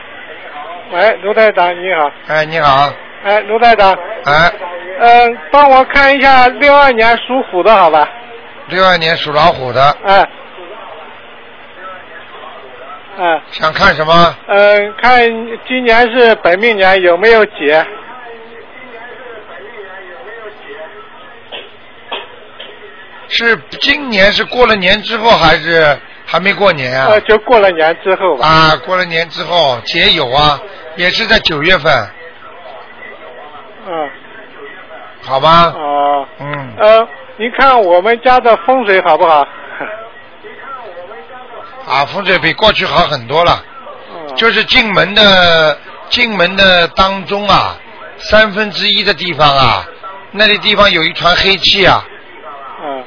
喂，哎卢台长你好，哎，你好，哎，卢台长，哎，嗯、帮我看一下六二年属虎的好吧？六二年属老虎的，哎，哎，想看什么？嗯、看今年是本命年有没有解？是今年是过了年之后还是还没过年啊？呃，就过了年之后吧。啊，过了年之后节有啊，也是在九月份，嗯，好吧？哦，嗯，呃，您看我们家的风水好不好？ 啊，风水比过去好很多了。就是进门的进门的当中啊，三分之一的地方啊，那里地方有一团黑气啊嗯，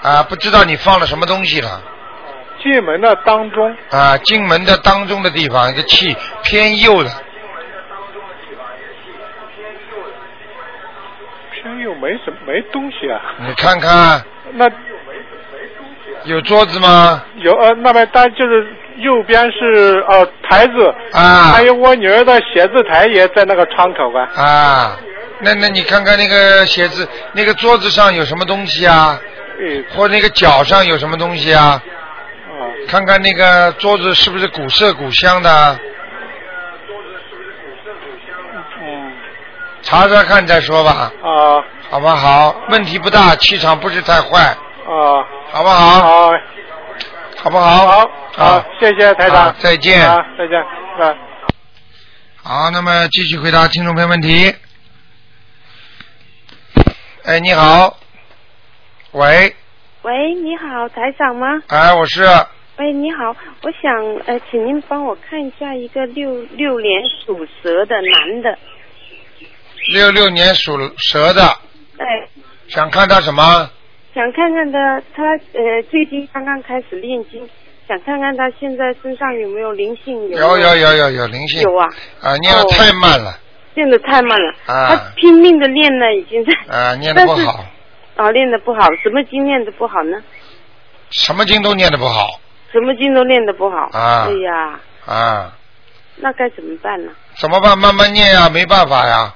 啊，不知道你放了什么东西了进门的当中，啊。进门的当中的地方，一个气偏右的，偏右没什么没东西啊。你看看那有桌子吗？有呃，那么但就是右边是呃台子，啊还有我女儿的写字台也在那个窗口啊。啊，那那你看看那个鞋子，那个桌子上有什么东西啊？嗯，或那个脚上有什么东西啊？啊，看看那个桌子是不是古色古香的，啊嗯，查查看再说吧，啊好不好？问题不大，气场不是太坏，啊，好不好？好，好不好？好，好，谢谢台啊长，再见啊，再见，啊。好，那么继续回答听众朋友问题。哎，你好，喂，喂，你好，台长吗？哎，我是喂，你好，我想呃，请您帮我看一下一个六六年属蛇的男的，六六年属蛇的，哎，想看他什么？想看看他他呃最近刚刚开始练经，想看看他现在身上有没有灵性，有有没有有有有有灵性有啊，啊，念的哦太慢了练的太慢了，啊拼命的练呢，已经在 啊，念的不但是好，啊练的不好，什么经练的不好呢？什么经都念的不好什么经都练的不好，啊哎呀，啊，那该怎么办呢？怎么办？慢慢念呀、没办法呀、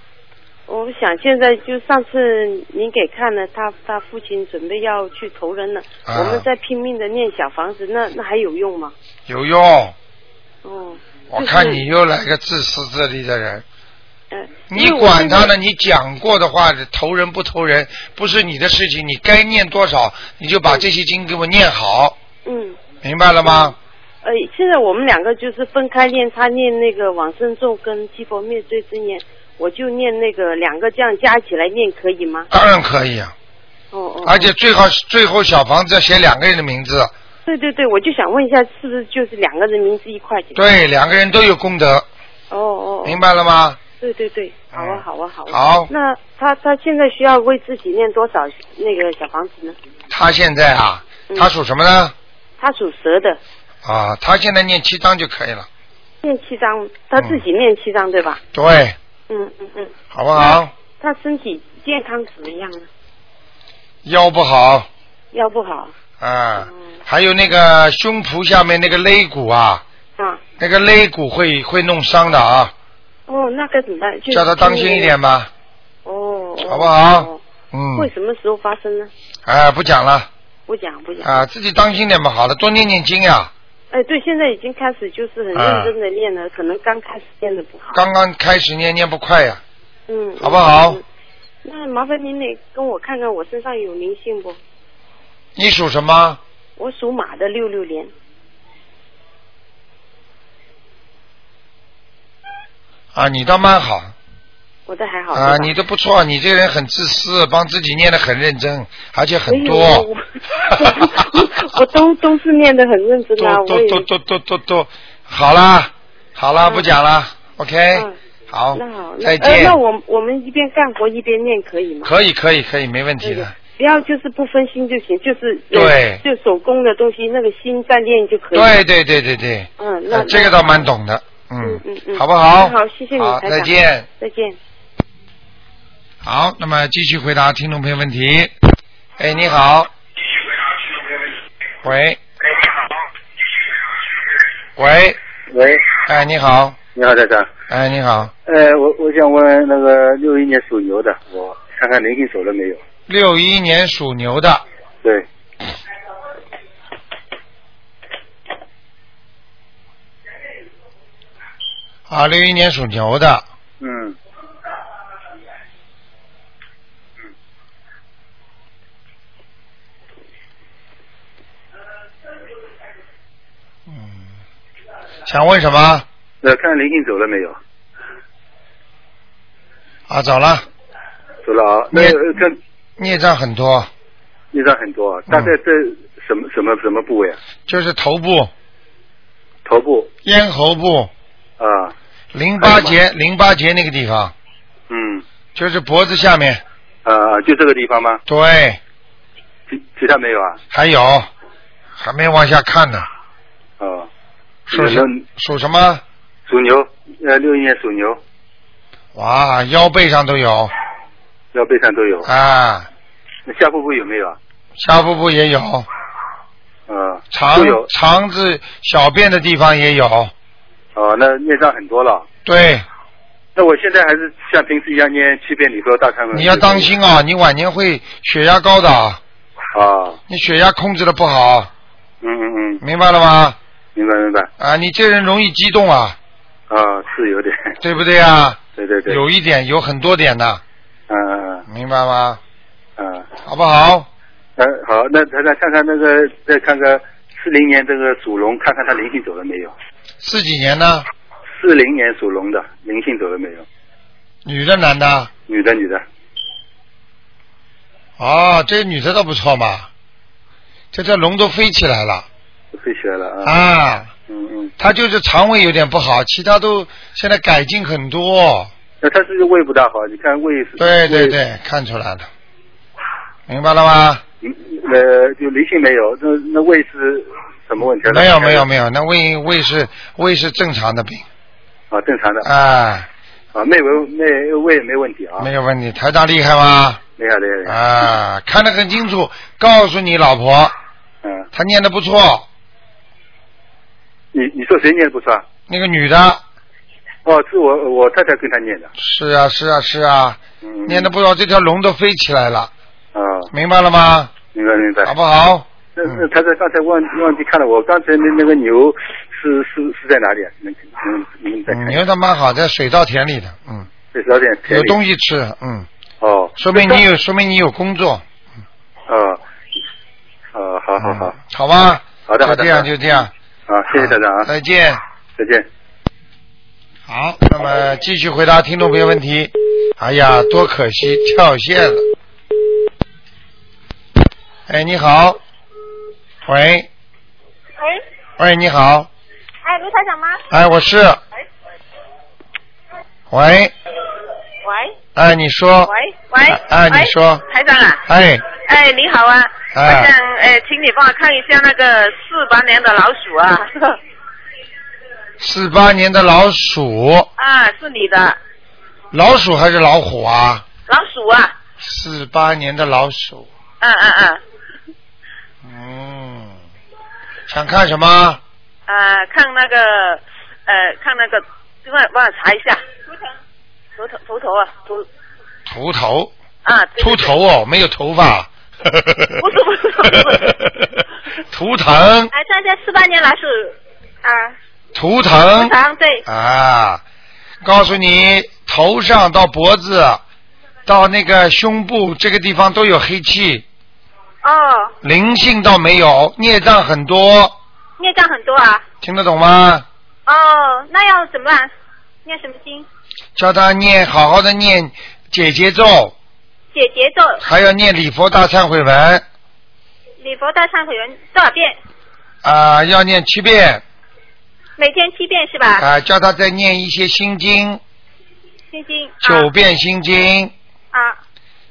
我想现在就上次您给看了，他他父亲准备要去投人了，啊我们在拼命的念小房子，那那还有用吗？有用。哦，我就是看你又来个自私自利的人。嗯，你管他呢？你讲过的话，投人不投人不是你的事情，你该念多少你就把这些经给我念好，嗯，明白了吗？呃，现在我们两个就是分开念，他念那个往生咒跟七佛灭罪真言，我就念那个两个这样加起来念可以吗？当然可以啊，哦哦，而且最好最后小房子要写两个人的名字，对对对，我就想问一下，是不是就是两个人名字一块钱？对，两个人都有功德，哦哦，哦明白了吗？对对对，好啊好啊好啊。嗯好那他他现在需要为自己念多少那个小房子呢？他现在啊，嗯他属什么呢？他属蛇的，啊，他现在念七章就可以了，念七张，他自己念七张、对吧？对，嗯嗯嗯。好不好？他身体健康怎么样呢？腰不好腰不好啊，嗯还有那个胸脯下面那个肋骨啊，啊？那个肋骨会会弄伤的啊，哦，那该怎么办？就叫他当心一点。吧，哦。哦好不好哦？会嗯，什么时候发生呢？哎，不讲了不讲不讲。啊，自己当心点吧，好了，多念念经呀。哎，对，现在已经开始就是很认真的练了，嗯可能刚开始练的不好。刚刚开始念念不快呀，嗯。好不好嗯？？那麻烦您得跟我看看我身上有灵性不？你属什么？我属马的六六年，啊，你倒蛮好我的还好。啊，是吧你都不错，你这个人很自私，帮自己念的很认真，而且很哎呦多我， 我都都是念的很认真啊，都我也都都都都都，好啦，好啦，不讲了，OK，嗯好那好，，那再呃见那，我我们一边干活一边念可以吗？可以可以可以，没问题的。不要就是不分心就行，就是呃对就手工的东西，那个心在练就可以。对，对对对对，嗯，呃那这个倒蛮懂的，嗯，嗯嗯，好不好？好，谢谢你，好，台再长见。，再见。好，那么继续回答听众朋友问题。哎，你好。喂，喂，喂，哎，你好，你好，台长。哎，你好，呃，我我想问那个六一年属牛的，我看看灵性走了没有？六一年属牛的，对，啊，六一年属牛的，嗯，想问什么？呃，看看灵性走了没有？啊，走了，走了啊。那呃这孽障很多，孽障很多啊，嗯大概在什么、什么什么部位啊？就是头部、头部咽喉部、啊，淋巴哎结、淋巴结那个地方，嗯，就是脖子下面，啊，就这个地方吗？对，其其他没有啊？还有，还没往下看呢，啊，属什能属什么？属牛，呃，六一年属牛，哇，腰背上都有腰背上都有，啊，那下腹部有没有啊？下腹部也有，啊，肠都有，肠子小便的地方也有，哦、那孽障很多了。对，那我现在还是像平时一样念七遍礼佛大忏悔文。你要当心啊，你晚年会血压高的啊，啊，你血压控制的不好，嗯嗯嗯，明白了吗？明白明白啊，你这人容易激动啊，啊，是有点，对不对啊？对对对，有一点，有很多点的，嗯嗯明白吗？嗯嗯，好不好？呃好，那台长看看那个，再看看四零年这个属龙，看看他灵性走了没有？四几年呢？四零年属龙的灵性走了没有？女的男的？女的女的，哦，这女的倒不错嘛，这这龙都飞起来了飞起来了啊，啊！嗯嗯，她就是肠胃有点不好，其他都现在改进很多。那他是胃不大好，你看胃是，对对胃，对，看出来了，明白了吗？呃，就灵性没有，那那胃是什么问题啊？没有没有没有，那胃胃是胃是正常的病啊，正常的啊，啊，内胃内胃没问题啊，没有问题。台长厉害吗？厉害厉害厉害，啊，看得很清楚，告诉你老婆，嗯，她念的不错，你你说谁念的不错啊？那个女的，哦，是我我太太跟他念的，是啊是啊是啊，嗯，念的不错，这条龙都飞起来了，啊，明白了吗？明白明白，好不好？嗯那那他在刚才忘忘记看了，我刚才那那个牛是是是在哪里啊？能能能再看一下？牛他妈好，在水稻田里的，嗯，这是有点有田里东西吃，嗯，哦，说明你有，说明你有工作，哦，哦，好好好，好吧？好的好就的，这样嗯就这样，好，谢谢大家啊，再见。再见。好，那么继续回答听众朋友问题。哎呀，多可惜，跳线了。哎，你好，喂，喂，喂，你好，哎，卢台长吗？哎，我是，喂，喂，哎，你说，喂喂，哎你喂说台长啊，哎，哎，你好啊，哎我想哎，请你帮我看一下那个四八年的老鼠 啊，四八年的老鼠，啊，是你的老鼠还是老虎啊？老鼠啊，四八年的老鼠，嗯嗯嗯，嗯，想看什么？啊，看那个呃，看那个，另外帮我查一下，头头头头啊，头秃头，啊，对秃，头哦，没有头发，不是不是不是， 图腾，哎，在在四八年老鼠啊，图腾，长对，啊，告诉你，头上到脖子，到那个胸部这个地方都有黑气，哦，灵性倒没有，孽障很多，孽障很多啊，听得懂吗？哦，那要怎么办？念什么经？叫他念，好好的念解结咒，解节奏，还要念礼佛大忏悔文礼佛大忏悔文多少遍？啊、要念七遍每天七遍是啊、吧？叫他再念一些心啊经，心经九遍心经，啊，啊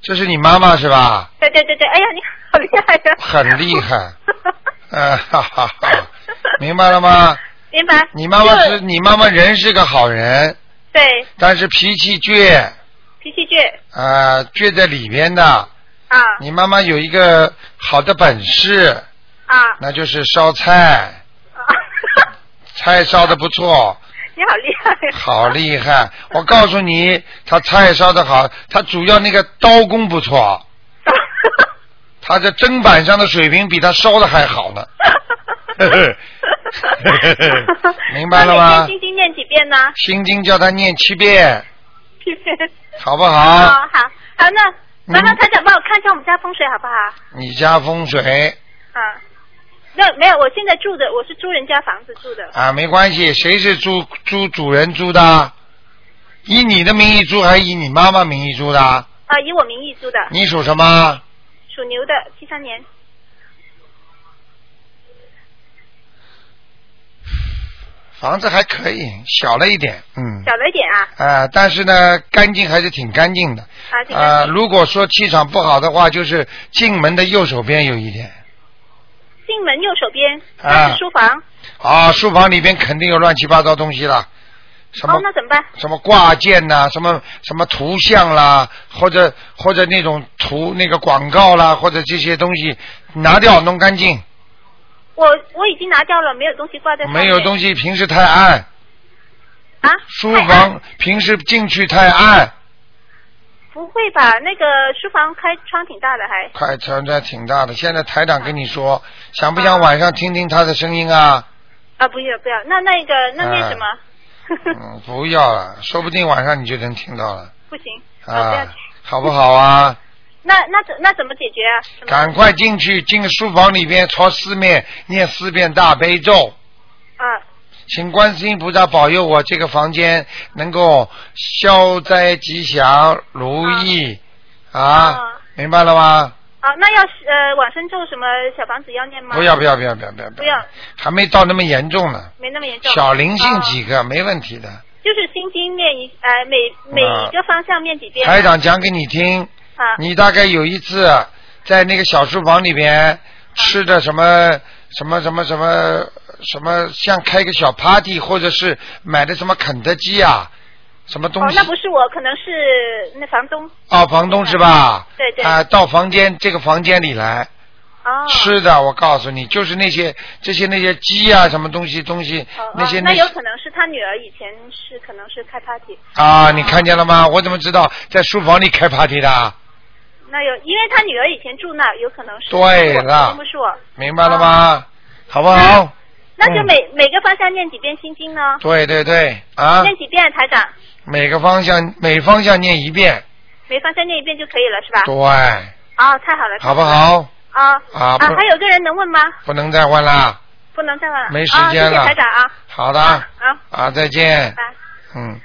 这是你妈妈是吧？对对对对，哎呀，你好厉害呀！很厉 害，呃，哈哈哈，明白了吗？明白？你妈妈是就你妈妈人是个好人，对但是脾气倔，脾气倔啊，倔在里边的。啊你妈妈有一个好的本事，啊那就是烧菜，菜烧的不错，你好厉害。啊好厉害！我告诉你，他菜烧的好，他主要那个刀工不错，他这砧板上的水平比他烧的还好呢。呵呵呵呵呵 明白了那每吗天？心经念几遍呢？ 心经叫他念七遍，七遍。好不哦好？好，好，那麻烦台长帮我看一下我们家风水好不好？你家风水啊，那没有，我现在住的我是租人家房子住的，啊，没关系，谁是租租主人租的？以你的名义租还是以你妈妈名义租的？啊，以我名义租的，你属什么？属牛的，七三年。房子还可以，小了一点，嗯。小了一点啊，啊，但是呢，干净还是挺干净的。啊，这啊、个如果说气场不好的话，就是进门的右手边有一点。进门右手边，啊那是书房，啊，书房里边肯定有乱七八糟东西了，什么、哦，那怎么办？什么挂件呐、什么什么图像啦，或者或者那种图那个广告啦，或者这些东西拿掉弄干净，我我已经拿掉了，没有东西挂在上面没有东西平时太暗。啊，书房平时进去太暗，不会吧？那个书房开窗挺大的还，快存在挺大的。现在台长跟你说，想不想晚上听听他的声音啊？啊，不要不要，那那个那念啊什么？嗯，不要了，说不定晚上你就能听到了不行，这样啊，好不好啊？那那怎那怎么解决啊？怎么赶快进去，进书房里边朝四面念四遍大悲咒，啊，请观世音菩萨保佑我这个房间能够消灾吉祥如意啊明白了吗？好，那要是呃往生咒什么小房子要念吗？不要不要不要不要不要，不要，还没到那么严重呢，没那么严重。小灵性哦几个、没问题的。就是心经念一呃每每一个方向念几遍。啊台长讲给你听，啊，你大概有一次在那个小书房里边吃的什么什么什么什么什么，像开个小 party，或者是买的什么肯德基啊，什么东哦，西那不是我，可能是那房东。哦，房东是吧？对对啊，到房间这个房间里来。哦。吃的，我告诉你，就是那些这些那些鸡啊，什么东西东西，哦那些哦、那些有可能是他女儿以前是可能是开 party，啊，你看见了吗？我怎么知道在书房里开 party 的啊？那有因为他女儿以前住那，有可能是对啊了不是我，明白了哦吗？好不好？那嗯就每、每个方向念几遍心经呢？对对对，啊，念几遍台长，每个方向每方向念一遍，每方向念一遍就可以了是吧？对，哦，太好了，好不太了？好？啊啊不还有个人能问吗？不能再问啦，不能再问了，没时间了啊、谢谢台长啊，好的，啊，啊，再见拜，嗯。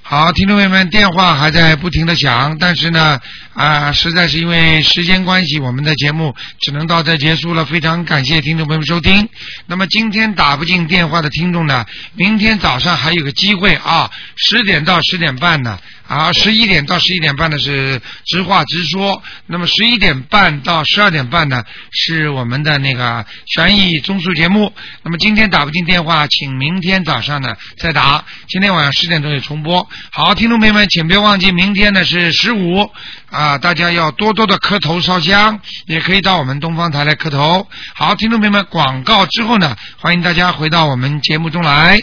好，听众朋友们，电话还在不停的响，但是呢，啊、实在是因为时间关系，我们的节目只能到这结束了。非常感谢听众朋友们收听。那么今天打不进电话的听众呢，明天早上还有个机会啊，十点到十点半呢，啊，十一点到十一点半呢是直话直说，那么十一点半到十二点半呢是我们的那个悬疑综述节目。那么今天打不进电话，请明天早上呢再打。今天晚上十点钟有重播。好，听众朋友们，请别忘记明天呢是十五啊，大家要多多的磕头烧香，也可以到我们东方台来磕头。好，听众朋友们，广告之后呢，欢迎大家回到我们节目中来。